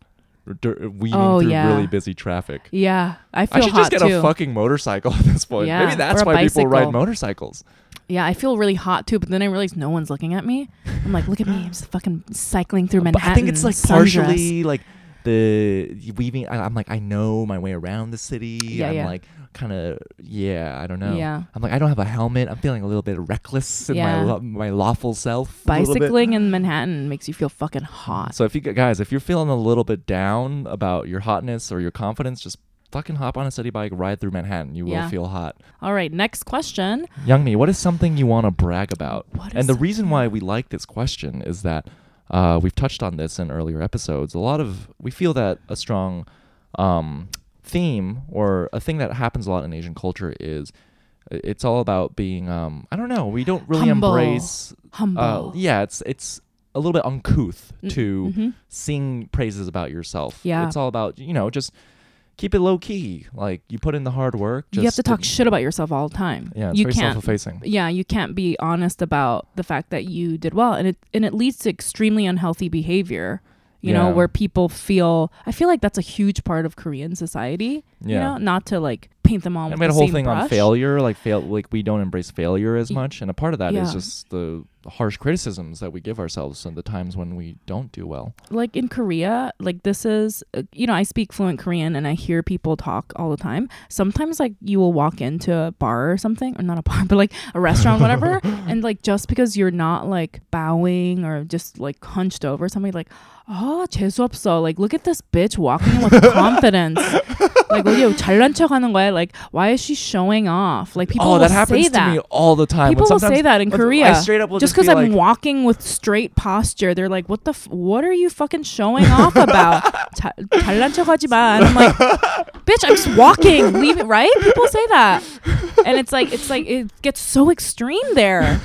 Speaker 2: r- dur- weaving
Speaker 1: Oh,
Speaker 2: through
Speaker 1: yeah.
Speaker 2: really busy traffic.
Speaker 1: Yeah. I
Speaker 2: I
Speaker 1: feel
Speaker 2: should
Speaker 1: hot
Speaker 2: just get
Speaker 1: too.
Speaker 2: a fucking motorcycle (laughs) at this point.
Speaker 1: Yeah,
Speaker 2: Maybe that's
Speaker 1: or a
Speaker 2: why people ride
Speaker 1: bicycle.
Speaker 2: motorcycles.
Speaker 1: yeah. I feel really hot too. But then I realized no one's looking at me. I'm like, look at me. I'm just fucking cycling through
Speaker 2: But
Speaker 1: Manhattan.
Speaker 2: I think it's like
Speaker 1: sundressed.
Speaker 2: partially like the weaving. I, I'm like, I know my way around the city.
Speaker 1: Yeah,
Speaker 2: I'm
Speaker 1: yeah.
Speaker 2: like, kind of, yeah, I don't know.
Speaker 1: Yeah.
Speaker 2: I'm like, I don't have a helmet. I'm feeling a little bit reckless in
Speaker 1: Yeah.
Speaker 2: my lo- my lawful self. a little bit.
Speaker 1: Bicycling in Manhattan makes you feel fucking hot.
Speaker 2: So if you g- guys, if you're feeling a little bit down about your hotness or your confidence, just fucking hop on a city bike, ride through Manhattan. You will
Speaker 1: Yeah.
Speaker 2: feel hot.
Speaker 1: All right, next question.
Speaker 2: Young me, what is something you want to brag about?
Speaker 1: What is
Speaker 2: and the reason why we like this question is that uh, we've touched on this in earlier episodes. A lot of we feel that a strong um, theme or a thing that happens a lot in Asian culture is uh, it's all about being. Um, I don't know. We don't really
Speaker 1: Humble.
Speaker 2: embrace. Uh,
Speaker 1: humble?
Speaker 2: yeah, it's it's a little bit uncouth
Speaker 1: Mm,
Speaker 2: to
Speaker 1: mhm.
Speaker 2: sing praises about yourself.
Speaker 1: Yeah.
Speaker 2: it's all about you know just keep it low key. Like you put in the hard work. Just
Speaker 1: you have to talk shit about yourself all the time.
Speaker 2: yeah, it's
Speaker 1: you
Speaker 2: very
Speaker 1: can't.
Speaker 2: self-effacing.
Speaker 1: Yeah, you can't be honest about the fact that you did well, and it and it leads to extremely unhealthy behavior. You know,
Speaker 2: Yeah.
Speaker 1: where people feel. I feel like that's a huge part of Korean society. You
Speaker 2: Yeah.
Speaker 1: know, not to like paint them all.
Speaker 2: I
Speaker 1: with
Speaker 2: made a
Speaker 1: the
Speaker 2: whole
Speaker 1: same
Speaker 2: thing on
Speaker 1: brush.
Speaker 2: failure, like fail, like we don't embrace failure as
Speaker 1: Y-
Speaker 2: much, and a part of that is
Speaker 1: yeah.
Speaker 2: just the harsh criticisms that we give ourselves and the times when we don't do well.
Speaker 1: like in Korea, like this is, uh, you know, I speak fluent Korean and I hear people talk all the time. Sometimes, like, you will walk into a bar or something, or not a (laughs) bar, but like a restaurant,
Speaker 2: (laughs)
Speaker 1: whatever. and like, just because you're not like bowing or just like "Ah, hunched
Speaker 2: (laughs)
Speaker 1: over, somebody like, oh, 재수없어. Like, look at this bitch walking in with confidence. like, well, yo, 잘난 척 하는 거야. Like, why is she showing off? Like, people
Speaker 2: oh,
Speaker 1: will
Speaker 2: that happens
Speaker 1: say
Speaker 2: to
Speaker 1: that.
Speaker 2: me all the time.
Speaker 1: People
Speaker 2: When
Speaker 1: will
Speaker 2: sometimes-
Speaker 1: say that in
Speaker 2: I
Speaker 1: Korea.
Speaker 2: straight up will
Speaker 1: just
Speaker 2: because
Speaker 1: because I'm walking with straight posture, they're like, "What the? F- what are you fucking showing off
Speaker 2: (laughs)
Speaker 1: about?" 자- 잘난 척하지 마. And I'm like, "Bitch, I'm just walking. Leave it." Right? People say that, and it's like it's like it gets so extreme there,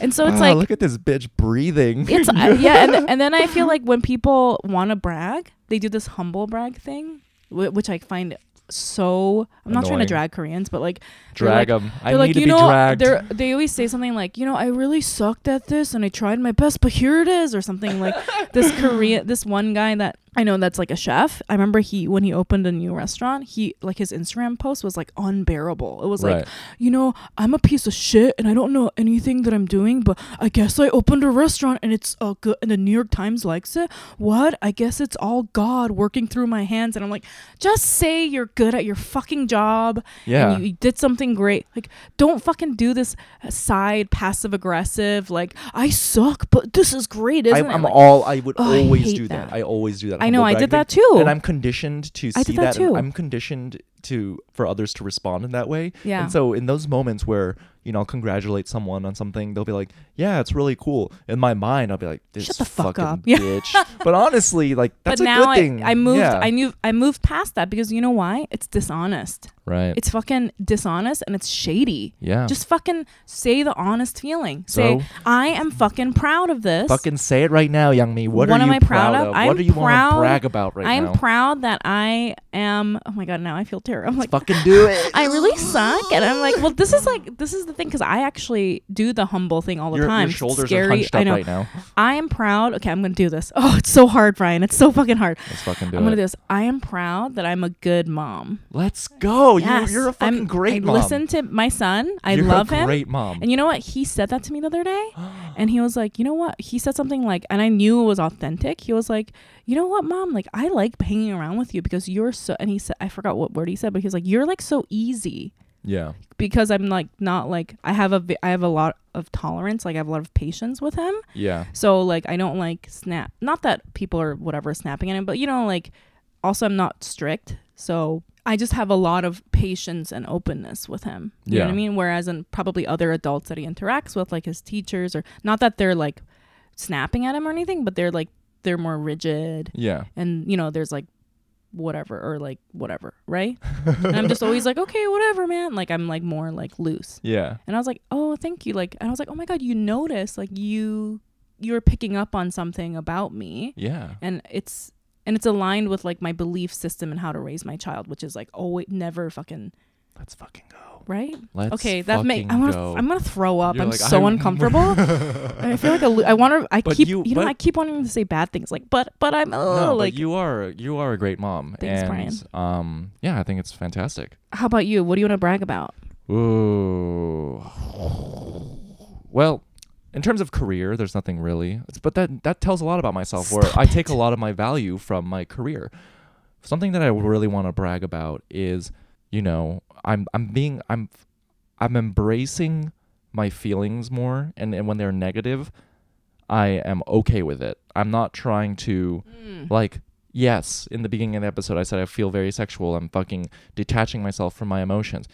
Speaker 1: and so it's
Speaker 2: "Wow,
Speaker 1: like
Speaker 2: "Ah, look at this bitch breathing.
Speaker 1: it's I yeah, and and then I feel like when people want to brag, they do this humble brag thing, wh- which I find so. I'm not trying to
Speaker 2: Annoying.
Speaker 1: drag Koreans, but like they're like,
Speaker 2: (laughs) Drag them. I
Speaker 1: they're
Speaker 2: need
Speaker 1: like,
Speaker 2: to
Speaker 1: you
Speaker 2: be
Speaker 1: know,
Speaker 2: dragged.
Speaker 1: they they always say something like, you know, I really sucked at this and I tried my best, but here it is, or something like
Speaker 2: (laughs)
Speaker 1: this. Korean, this one guy that I know that's like a chef. I remember he when he opened a new restaurant, he like his Instagram post was like unbearable. It was like,
Speaker 2: Right.
Speaker 1: you know, I'm a piece of shit and I don't know anything that I'm doing, but I guess I opened a restaurant and it's uh, good and the New York Times likes it. What? I guess it's all God working through my hands, and I'm like, just say you're good at your fucking job
Speaker 2: Yeah.
Speaker 1: and you, you did something great. Like, don't fucking do this side passive aggressive. Like, I suck, but this is great,
Speaker 2: I,
Speaker 1: isn't it?
Speaker 2: I'm
Speaker 1: Like,
Speaker 2: all. I would
Speaker 1: Oh, I
Speaker 2: always
Speaker 1: hate
Speaker 2: do that.
Speaker 1: that.
Speaker 2: I always do that.
Speaker 1: I know,
Speaker 2: humble
Speaker 1: I
Speaker 2: brag
Speaker 1: did that
Speaker 2: thing.
Speaker 1: too.
Speaker 2: And I'm conditioned to
Speaker 1: I
Speaker 2: see
Speaker 1: did that
Speaker 2: and
Speaker 1: too.
Speaker 2: I'm conditioned to for others to respond in that way.
Speaker 1: Yeah.
Speaker 2: And so in those moments where you know I'll congratulate someone on something, they'll be like, "Yeah, it's really cool." In my mind, I'll be like, "This
Speaker 1: Shut the fuck
Speaker 2: fucking
Speaker 1: up." (laughs) Yeah.
Speaker 2: bitch." but honestly, like that's
Speaker 1: but
Speaker 2: a
Speaker 1: now
Speaker 2: good thing.
Speaker 1: I, I moved.
Speaker 2: Yeah.
Speaker 1: I knew. I moved past that because you know why? It's dishonest.
Speaker 2: right.
Speaker 1: It's fucking dishonest and it's shady.
Speaker 2: yeah.
Speaker 1: Just fucking say the honest feeling. Say,
Speaker 2: So?
Speaker 1: I am fucking proud of this.
Speaker 2: Fucking say it right now, young me. What,
Speaker 1: What
Speaker 2: are
Speaker 1: am
Speaker 2: you
Speaker 1: I proud of? I'm
Speaker 2: what do you want
Speaker 1: proud-
Speaker 2: to brag about right
Speaker 1: I am
Speaker 2: now?
Speaker 1: proud that I am. Oh my god! Now I feel terrible. I'm like,
Speaker 2: fucking
Speaker 1: (laughs)
Speaker 2: do it. (laughs)
Speaker 1: I really suck, and I'm like, well, this is like, this is the thing, because I actually do the humble thing all the
Speaker 2: your,
Speaker 1: time.
Speaker 2: your
Speaker 1: It's
Speaker 2: shoulders
Speaker 1: scary.
Speaker 2: are hunched
Speaker 1: I
Speaker 2: up
Speaker 1: know.
Speaker 2: right now.
Speaker 1: I am proud. Okay, I'm gonna do this. Oh, it's so hard, Brian. It's so fucking hard.
Speaker 2: Let's fucking do
Speaker 1: I'm
Speaker 2: it.
Speaker 1: gonna do this. I am proud that I'm a good mom.
Speaker 2: Let's go.
Speaker 1: Yes,
Speaker 2: You, you're a
Speaker 1: I'm-
Speaker 2: fucking great
Speaker 1: I
Speaker 2: mom.
Speaker 1: Listen to my son. I
Speaker 2: You're
Speaker 1: love
Speaker 2: a
Speaker 1: him.
Speaker 2: Great mom.
Speaker 1: And you know what? He said that to me the other
Speaker 2: (gasps)
Speaker 1: day. And he was like, you know what? He said something like, and I knew it was authentic. He was like, you know what, mom? Like, I like hanging around with you because you're so, and he said, I forgot what word he said, but he was like, you're like so easy
Speaker 2: yeah.
Speaker 1: because I'm like, not like, I have a, vi- I have a lot of tolerance. Like, I have a lot of patience with him.
Speaker 2: Yeah.
Speaker 1: So, like, I don't like snap. Not that people are whatever snapping at him, but you know, like, also, I'm not strict. So, I just have a lot of patience and openness with him. You know what
Speaker 2: Yeah.
Speaker 1: I mean? Whereas in probably other adults that he interacts with, like his teachers, or not that they're like snapping at him or anything, but they're like, they're more rigid
Speaker 2: Yeah.
Speaker 1: and, you know, there's like whatever or like whatever, right? and I'm
Speaker 2: (laughs)
Speaker 1: just always like, okay, whatever, man. Like, I'm like more like loose.
Speaker 2: Yeah.
Speaker 1: And I was like, "Oh, thank you." Like, and I was like, "Oh my god, you noticed? Like, you you're picking up on something about me,
Speaker 2: Yeah.
Speaker 1: and it's and it's aligned with like my belief system and how to raise my child, which is like always never fucking
Speaker 2: Let's fucking go.
Speaker 1: right."
Speaker 2: Let's
Speaker 1: okay, that may I want to
Speaker 2: go.
Speaker 1: I'm gonna throw up.
Speaker 2: You're
Speaker 1: I'm
Speaker 2: like,
Speaker 1: so
Speaker 2: I'm- (laughs)
Speaker 1: uncomfortable. I feel like a lo- I want to. I
Speaker 2: But
Speaker 1: keep
Speaker 2: you-
Speaker 1: you, know
Speaker 2: but-
Speaker 1: I keep wanting to say bad things like but but I'm oh
Speaker 2: no,
Speaker 1: like
Speaker 2: but you are you are a great mom.
Speaker 1: Thanks,
Speaker 2: and um yeah, I think it's fantastic.
Speaker 1: how about you? What do you want to brag about?
Speaker 2: Ooh. Well, in terms of career, there's nothing really. It's- But that that tells a lot about myself where
Speaker 1: Stop
Speaker 2: I take
Speaker 1: it.
Speaker 2: a lot of my value from my career. Something that I really want to brag about is, you know, I'm I'm being I'm I'm embracing my feelings more and, and when they're negative, I am okay with it. I'm not trying to like yes in the beginning of the episode i said i feel very sexual i'm fucking detaching myself from my emotions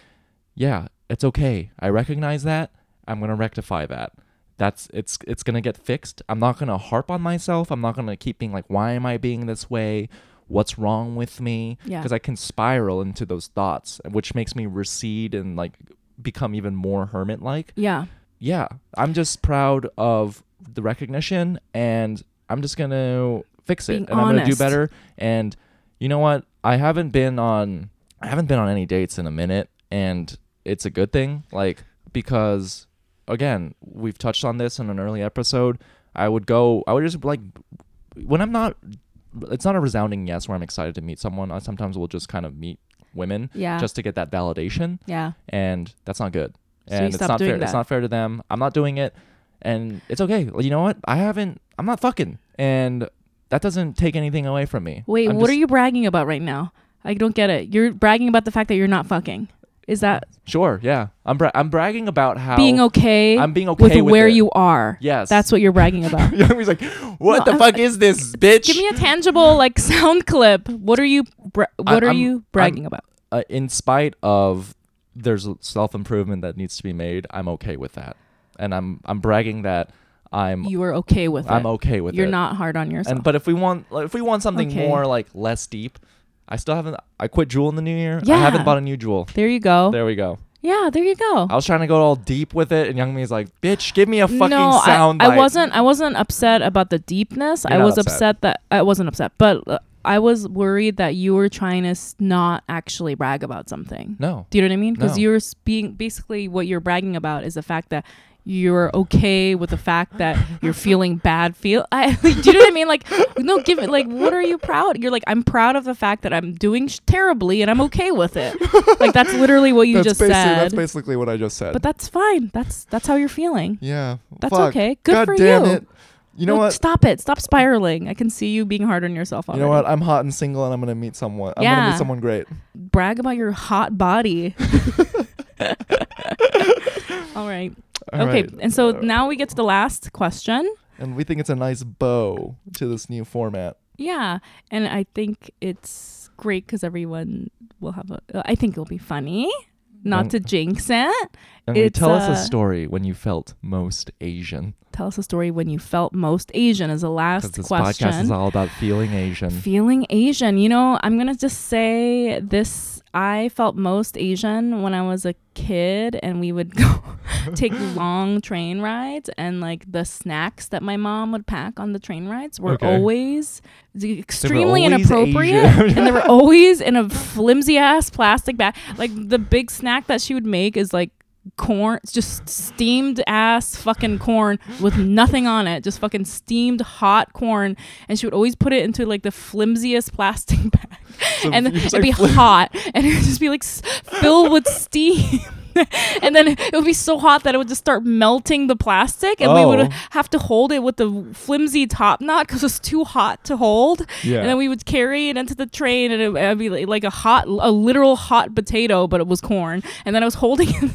Speaker 2: yeah it's okay i recognize that i'm gonna rectify that that's it's it's gonna get fixed i'm not gonna harp on myself i'm not gonna keep being like why am i being this way what's wrong with me
Speaker 1: Yeah.
Speaker 2: because i can spiral into those thoughts which makes me recede and like become even more hermit like
Speaker 1: Yeah,
Speaker 2: yeah, I'm just proud of the recognition and I'm just going to fix it
Speaker 1: Being
Speaker 2: and I'm going to do
Speaker 1: honest.
Speaker 2: better and you know what? I haven't been on I haven't been on any dates in a minute and it's a good thing like because again, we've touched on this in an early episode. I would go I would just like when I'm not it's not a resounding yes where I'm excited to meet someone. I sometimes will just kind of meet women
Speaker 1: yeah,
Speaker 2: just to get that validation
Speaker 1: yeah.
Speaker 2: and that's not good.
Speaker 1: So
Speaker 2: and
Speaker 1: you
Speaker 2: it's
Speaker 1: stopped
Speaker 2: not
Speaker 1: doing
Speaker 2: fair. It's
Speaker 1: that.
Speaker 2: not fair to them. I'm not doing it, and it's okay. Well, you know what? I haven't. I'm not fucking, and that doesn't take anything away from me.
Speaker 1: Wait,
Speaker 2: I'm
Speaker 1: what
Speaker 2: just-
Speaker 1: are you bragging about right now? I don't get it. You're bragging about the fact that you're not fucking. Is that
Speaker 2: Sure, yeah. I'm bra- I'm bragging about how
Speaker 1: being okay,
Speaker 2: I'm being okay
Speaker 1: with, where
Speaker 2: it.
Speaker 1: you are?
Speaker 2: Yes, (laughs)
Speaker 1: That's what you're bragging about.
Speaker 2: Youngmi's like, what
Speaker 1: No,
Speaker 2: the
Speaker 1: I'm-
Speaker 2: fuck is this, bitch?
Speaker 1: Give me a tangible like sound clip. What are you bra-
Speaker 2: I-
Speaker 1: what are
Speaker 2: I'm-
Speaker 1: you bragging about?
Speaker 2: uh, in spite of there's self improvement that needs to be made, I'm okay with that, and I'm I'm bragging that I'm
Speaker 1: You are okay with
Speaker 2: I'm
Speaker 1: it.
Speaker 2: okay with
Speaker 1: You're
Speaker 2: it.
Speaker 1: not hard on yourself.
Speaker 2: And but if we want like, if we want something
Speaker 1: Okay.
Speaker 2: more like less deep, I still haven't. I quit Jewel in the new year. I
Speaker 1: Yeah.
Speaker 2: haven't bought a new Jewel.
Speaker 1: there you go.
Speaker 2: There we go.
Speaker 1: Yeah, there you go.
Speaker 2: I was trying to go all deep with it, and Young Me's like, "Bitch, give me a fucking
Speaker 1: no, I-
Speaker 2: sound."
Speaker 1: I,
Speaker 2: bite."
Speaker 1: wasn't. I wasn't upset about the deepness.
Speaker 2: You're
Speaker 1: I
Speaker 2: not
Speaker 1: was
Speaker 2: upset.
Speaker 1: upset. that I wasn't upset, but uh, I was worried that you were trying to s- not actually brag about something.
Speaker 2: No.
Speaker 1: Do you know what I mean? Because
Speaker 2: No.
Speaker 1: you're s- being basically what you're bragging about is the fact that you're okay with the fact that you're feeling bad. Feel (laughs) I, do you know what I mean? Like no, give it. Like what are you proud? You're like I'm proud of the fact that I'm doing sh- terribly and I'm okay with it. Like that's literally what you just said.
Speaker 2: basically what I just said.
Speaker 1: but that's fine. That's that's how you're feeling.
Speaker 2: yeah.
Speaker 1: That's fuck. okay. Good God for damn you. it.
Speaker 2: You
Speaker 1: No, Stop it. Stop spiraling. I can see you being hard on yourself already.
Speaker 2: I'm hot and single, and I'm gonna meet someone.
Speaker 1: I'm gonna meet Yeah. someone
Speaker 2: great.
Speaker 1: Brag about your hot (laughs) body. All right. Uh, okay. And so now we get to the last question.
Speaker 2: and we think it's a nice bow to this new format.
Speaker 1: Yeah. And I think it's great because everyone will have a. uh, I think it'll be funny. Not to jinx it.
Speaker 2: And we
Speaker 1: It's,
Speaker 2: tell us
Speaker 1: uh,
Speaker 2: a story when you felt most Asian.
Speaker 1: Tell us a story when you felt most Asian is the
Speaker 2: Because
Speaker 1: last
Speaker 2: this
Speaker 1: question.
Speaker 2: podcast is all about feeling Asian.
Speaker 1: Feeling Asian. You know, I'm going to just say this. I felt most Asian when I was a kid, and we would go (laughs)
Speaker 2: (laughs)
Speaker 1: take long train rides, and like the snacks that my mom would pack on the train rides were
Speaker 2: Okay.
Speaker 1: always extremely
Speaker 2: always
Speaker 1: inappropriate.
Speaker 2: Asian.
Speaker 1: (laughs) and they
Speaker 2: (laughs)
Speaker 1: were always in a flimsy ass plastic bag. Like the big snack that she would make is like corn just steamed ass fucking corn with nothing on it just fucking steamed hot corn and she would always put it into like the flimsiest plastic (laughs) bag
Speaker 2: So
Speaker 1: and
Speaker 2: you're just
Speaker 1: it'd
Speaker 2: like
Speaker 1: be
Speaker 2: flim-
Speaker 1: hot and it would just be like s- filled with steam (laughs) and then it would be so hot that it would just start melting the plastic and we
Speaker 2: Oh.
Speaker 1: would have to hold it with the flimsy top knot because it's too hot to hold
Speaker 2: Yeah.
Speaker 1: and then we would carry it into the train and it would be like, like a hot a literal hot potato but it was corn and then i was holding it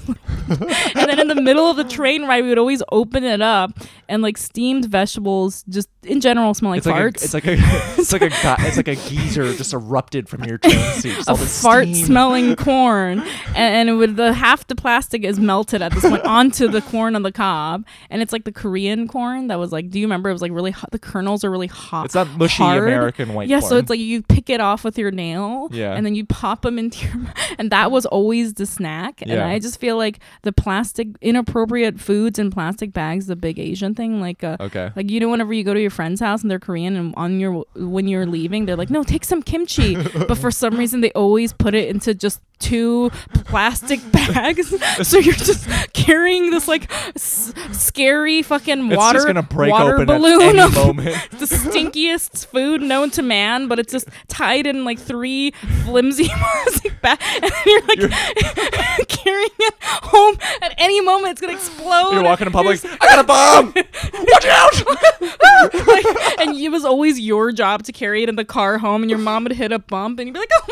Speaker 1: and then in the middle of the train ride we would always open it up and like steamed vegetables just in general smell like
Speaker 2: it's
Speaker 1: farts
Speaker 2: like a, it's like a it's like a ga- it's like a geyser just erupted from
Speaker 1: (laughs)
Speaker 2: your train suit. Just all
Speaker 1: a
Speaker 2: this
Speaker 1: fart
Speaker 2: steam. (laughs)
Speaker 1: smelling corn and, and it would the half the plastic is melted at this
Speaker 2: (laughs)
Speaker 1: point onto the corn on the cob and it's like the korean corn that was like do you remember it was like really hot the kernels are really hot
Speaker 2: It's not mushy
Speaker 1: hard.
Speaker 2: American white
Speaker 1: yeah so
Speaker 2: corn.
Speaker 1: it's like you pick it off with your nail
Speaker 2: Yeah.
Speaker 1: and then you pop them into your mouth and that was always the snack and
Speaker 2: Yeah.
Speaker 1: i just feel like the plastic inappropriate foods in plastic bags the big asian thing like uh,
Speaker 2: okay.
Speaker 1: like you know, whenever you go to your friend's house and they're Korean, and on your when you're leaving, they're like, "No, take some
Speaker 2: (laughs)
Speaker 1: kimchi," but for some reason they always put it into just two
Speaker 2: (laughs)
Speaker 1: plastic bags, (laughs) so you're just carrying this like s- scary fucking
Speaker 2: It's
Speaker 1: water
Speaker 2: just gonna break
Speaker 1: water
Speaker 2: open
Speaker 1: balloon
Speaker 2: at
Speaker 1: of
Speaker 2: any moment.
Speaker 1: (laughs) the stinkiest food known to man, but it's just tied in like three flimsy (laughs) plastic bags, and you're like (laughs) carrying it home at any moment. It's gonna explode.
Speaker 2: You're walking in
Speaker 1: You're
Speaker 2: public. I got
Speaker 1: (laughs)
Speaker 2: a bomb. Watch out!
Speaker 1: like, and it was always your job to carry it in the car home, and your mom would hit a bump, and you'd be like, "Oh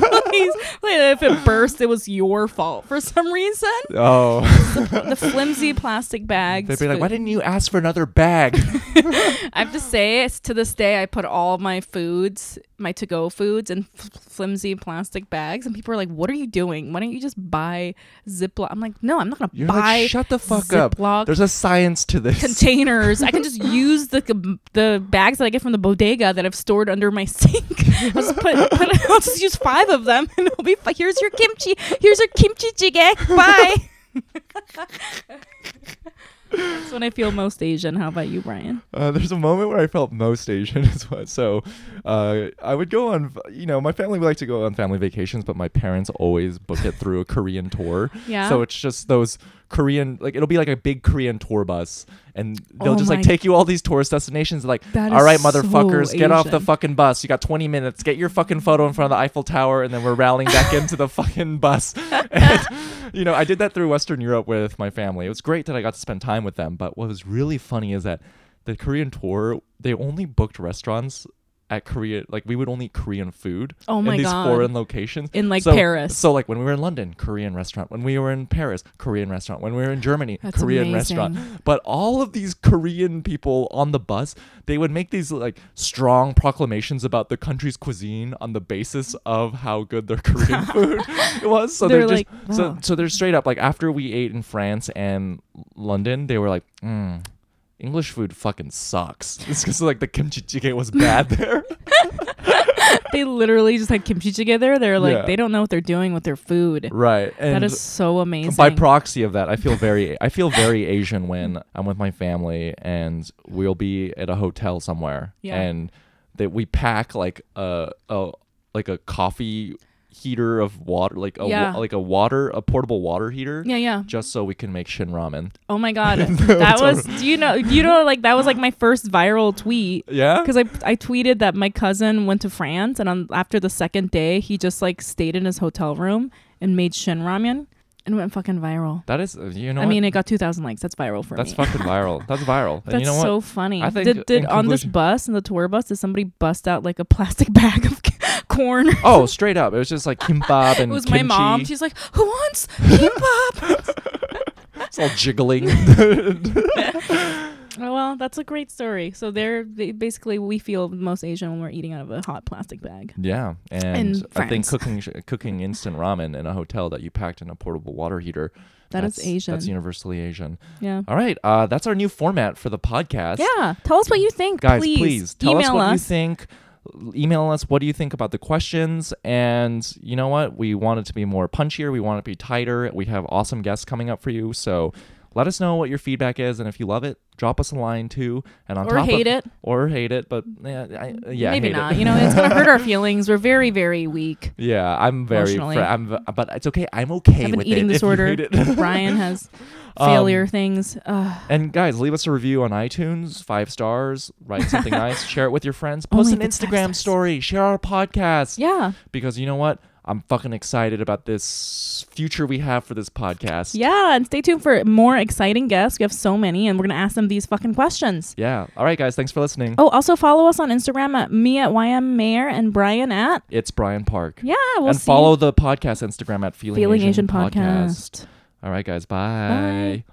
Speaker 1: my god, please!" Like, if it burst, it was your fault for some reason.
Speaker 2: Oh,
Speaker 1: The flimsy plastic bags.
Speaker 2: they'd be like, "Why didn't you ask for
Speaker 1: (laughs)
Speaker 2: another bag?"
Speaker 1: I have to say, it's to this day, I put all my foods, my to-go foods, in f- flimsy plastic bags, and people are like, "What are you doing? Why don't you just buy Ziploc?" I'm like, "No, I'm not gonna
Speaker 2: You're
Speaker 1: buy."
Speaker 2: like, "Shut the fuck up."
Speaker 1: Ziploc
Speaker 2: There's a science to this.
Speaker 1: containers. I can just use the the bags that I get from the bodega that I've stored under my (laughs) sink. I'll just put, put (laughs) I'll just use five of them, and it'll be fi- here's your kimchi. Here's your kimchi jjigae. Bye. That's when I feel most Asian. How about you, Brian?
Speaker 2: Uh, there's a moment where I felt most Asian (laughs) as well. So uh, I would go on, you know, my family would like to go on family vacations, but my parents always book it through a Korean tour.
Speaker 1: Yeah.
Speaker 2: So it's just those Korean, like it'll be like a big Korean tour bus, and they'll
Speaker 1: Oh
Speaker 2: just like
Speaker 1: my-
Speaker 2: take you all these tourist destinations. Like,
Speaker 1: That
Speaker 2: all
Speaker 1: is
Speaker 2: right,
Speaker 1: so
Speaker 2: motherfuckers, get off the
Speaker 1: Asian."
Speaker 2: fucking bus. You got 20 minutes. Get your fucking photo in front of the Eiffel Tower, and then we're rallying
Speaker 1: (laughs)
Speaker 2: back into the fucking bus. (laughs) And, you know, I did that through Western Europe with my family. It was great that I got to spend time with them. But what was really funny is that the Korean tour, they only booked restaurants at Korea, like we would only eat Korean food
Speaker 1: Oh my
Speaker 2: in these
Speaker 1: God.
Speaker 2: foreign locations.
Speaker 1: in like
Speaker 2: so,
Speaker 1: Paris.
Speaker 2: So like when we were in London, Korean restaurant. When we were in Paris, Korean restaurant. When we were in Germany,
Speaker 1: That's
Speaker 2: Korean
Speaker 1: amazing.
Speaker 2: restaurant. But all of these Korean people on the bus, they would make these like strong proclamations about the country's cuisine on the basis of how good their
Speaker 1: (laughs)
Speaker 2: (laughs) Korean food was. So they're,
Speaker 1: They're
Speaker 2: just
Speaker 1: like,
Speaker 2: so
Speaker 1: wow.
Speaker 2: so they're straight up like after we ate in France and London, they were like, mm, English food fucking sucks. (laughs) It's because like the kimchi jjigae was bad (laughs) there.
Speaker 1: they literally just had kimchi together. They're like
Speaker 2: Yeah.
Speaker 1: they don't know what they're doing with their food.
Speaker 2: right. And
Speaker 1: that is so amazing.
Speaker 2: by proxy of that, I feel very I feel very Asian when I'm with my family and we'll be at a hotel somewhere
Speaker 1: Yeah.
Speaker 2: and that we pack like a, a like a coffee heater of water like a wa-
Speaker 1: Yeah.
Speaker 2: like a water a portable water heater
Speaker 1: yeah, yeah.
Speaker 2: just so we can make shin ramen.
Speaker 1: Oh my
Speaker 2: (laughs)
Speaker 1: god, that was. Do you know? You know, like that was like my first viral tweet.
Speaker 2: Yeah?
Speaker 1: Because I, I tweeted that my cousin went to France and on after the second day he just like stayed in his hotel room and made shin ramen and went fucking viral.
Speaker 2: That is you know
Speaker 1: I
Speaker 2: what?
Speaker 1: mean, it got two thousand likes. That's viral for
Speaker 2: that's
Speaker 1: me.
Speaker 2: fucking viral. That's viral.
Speaker 1: That's
Speaker 2: and you know
Speaker 1: so
Speaker 2: what?
Speaker 1: funny.
Speaker 2: I think
Speaker 1: did did
Speaker 2: in
Speaker 1: on this
Speaker 2: conclusion-
Speaker 1: bus in the tour bus did somebody bust out like a plastic (laughs) bag of corn?
Speaker 2: Oh, straight up. It was just like kimbap and
Speaker 1: (laughs) it was my
Speaker 2: kimchi.
Speaker 1: mom. She's like, "Who wants
Speaker 2: (laughs)
Speaker 1: kimbap?"
Speaker 2: It's all jiggling.
Speaker 1: oh, well, that's a great story. So they're they, basically we feel most Asian when we're eating out of a hot plastic bag.
Speaker 2: Yeah, and
Speaker 1: In
Speaker 2: I think
Speaker 1: France.
Speaker 2: cooking sh- cooking instant ramen in a hotel that you packed in a portable water heater.
Speaker 1: That is
Speaker 2: that's,
Speaker 1: Asian.
Speaker 2: That's universally Asian.
Speaker 1: yeah.
Speaker 2: All right, uh, that's our new format for the podcast.
Speaker 1: Yeah. Tell us what you think,
Speaker 2: guys,
Speaker 1: please.
Speaker 2: please, tell
Speaker 1: Email
Speaker 2: us what you think. L- Email us what do you think about the questions, and you know what? We want it to be more punchier. We want it to be tighter. We have awesome guests coming up for you, so let us know what your feedback is, and if you love it, drop us a line too. And on
Speaker 1: Or
Speaker 2: top
Speaker 1: hate
Speaker 2: of,
Speaker 1: it.
Speaker 2: or hate it, but yeah, I, yeah
Speaker 1: Maybe
Speaker 2: hate it.
Speaker 1: not. You know, it's gonna hurt our feelings. We're very, very weak.
Speaker 2: Yeah, I'm very. Fr-
Speaker 1: Emotionally.
Speaker 2: I'm, v- but it's okay. I'm okay
Speaker 1: I have an
Speaker 2: with
Speaker 1: eating
Speaker 2: it if you
Speaker 1: disorder.
Speaker 2: (laughs) hate it. (laughs)
Speaker 1: Brian has
Speaker 2: Um,
Speaker 1: failure things. Ugh.
Speaker 2: and guys, leave us a review on iTunes, five stars. Write
Speaker 1: (laughs)
Speaker 2: something nice. Share it with your friends.
Speaker 1: Only
Speaker 2: Post an
Speaker 1: if it's five
Speaker 2: Instagram
Speaker 1: stars.
Speaker 2: story. Share our podcast
Speaker 1: Yeah.
Speaker 2: because you know what? I'm fucking excited about this future we have for this podcast.
Speaker 1: Yeah. And stay tuned for more exciting guests. We have so many, and we're gonna ask them these fucking questions.
Speaker 2: Yeah. All right, guys. Thanks for listening.
Speaker 1: Oh, also follow us on Instagram at me at YM Mayor and Brian at
Speaker 2: It's Brian Park.
Speaker 1: yeah. We'll
Speaker 2: and
Speaker 1: see
Speaker 2: follow the podcast Instagram at Feeling,
Speaker 1: Feeling Asian, podcast.
Speaker 2: All right, guys.
Speaker 1: Bye.
Speaker 2: Bye.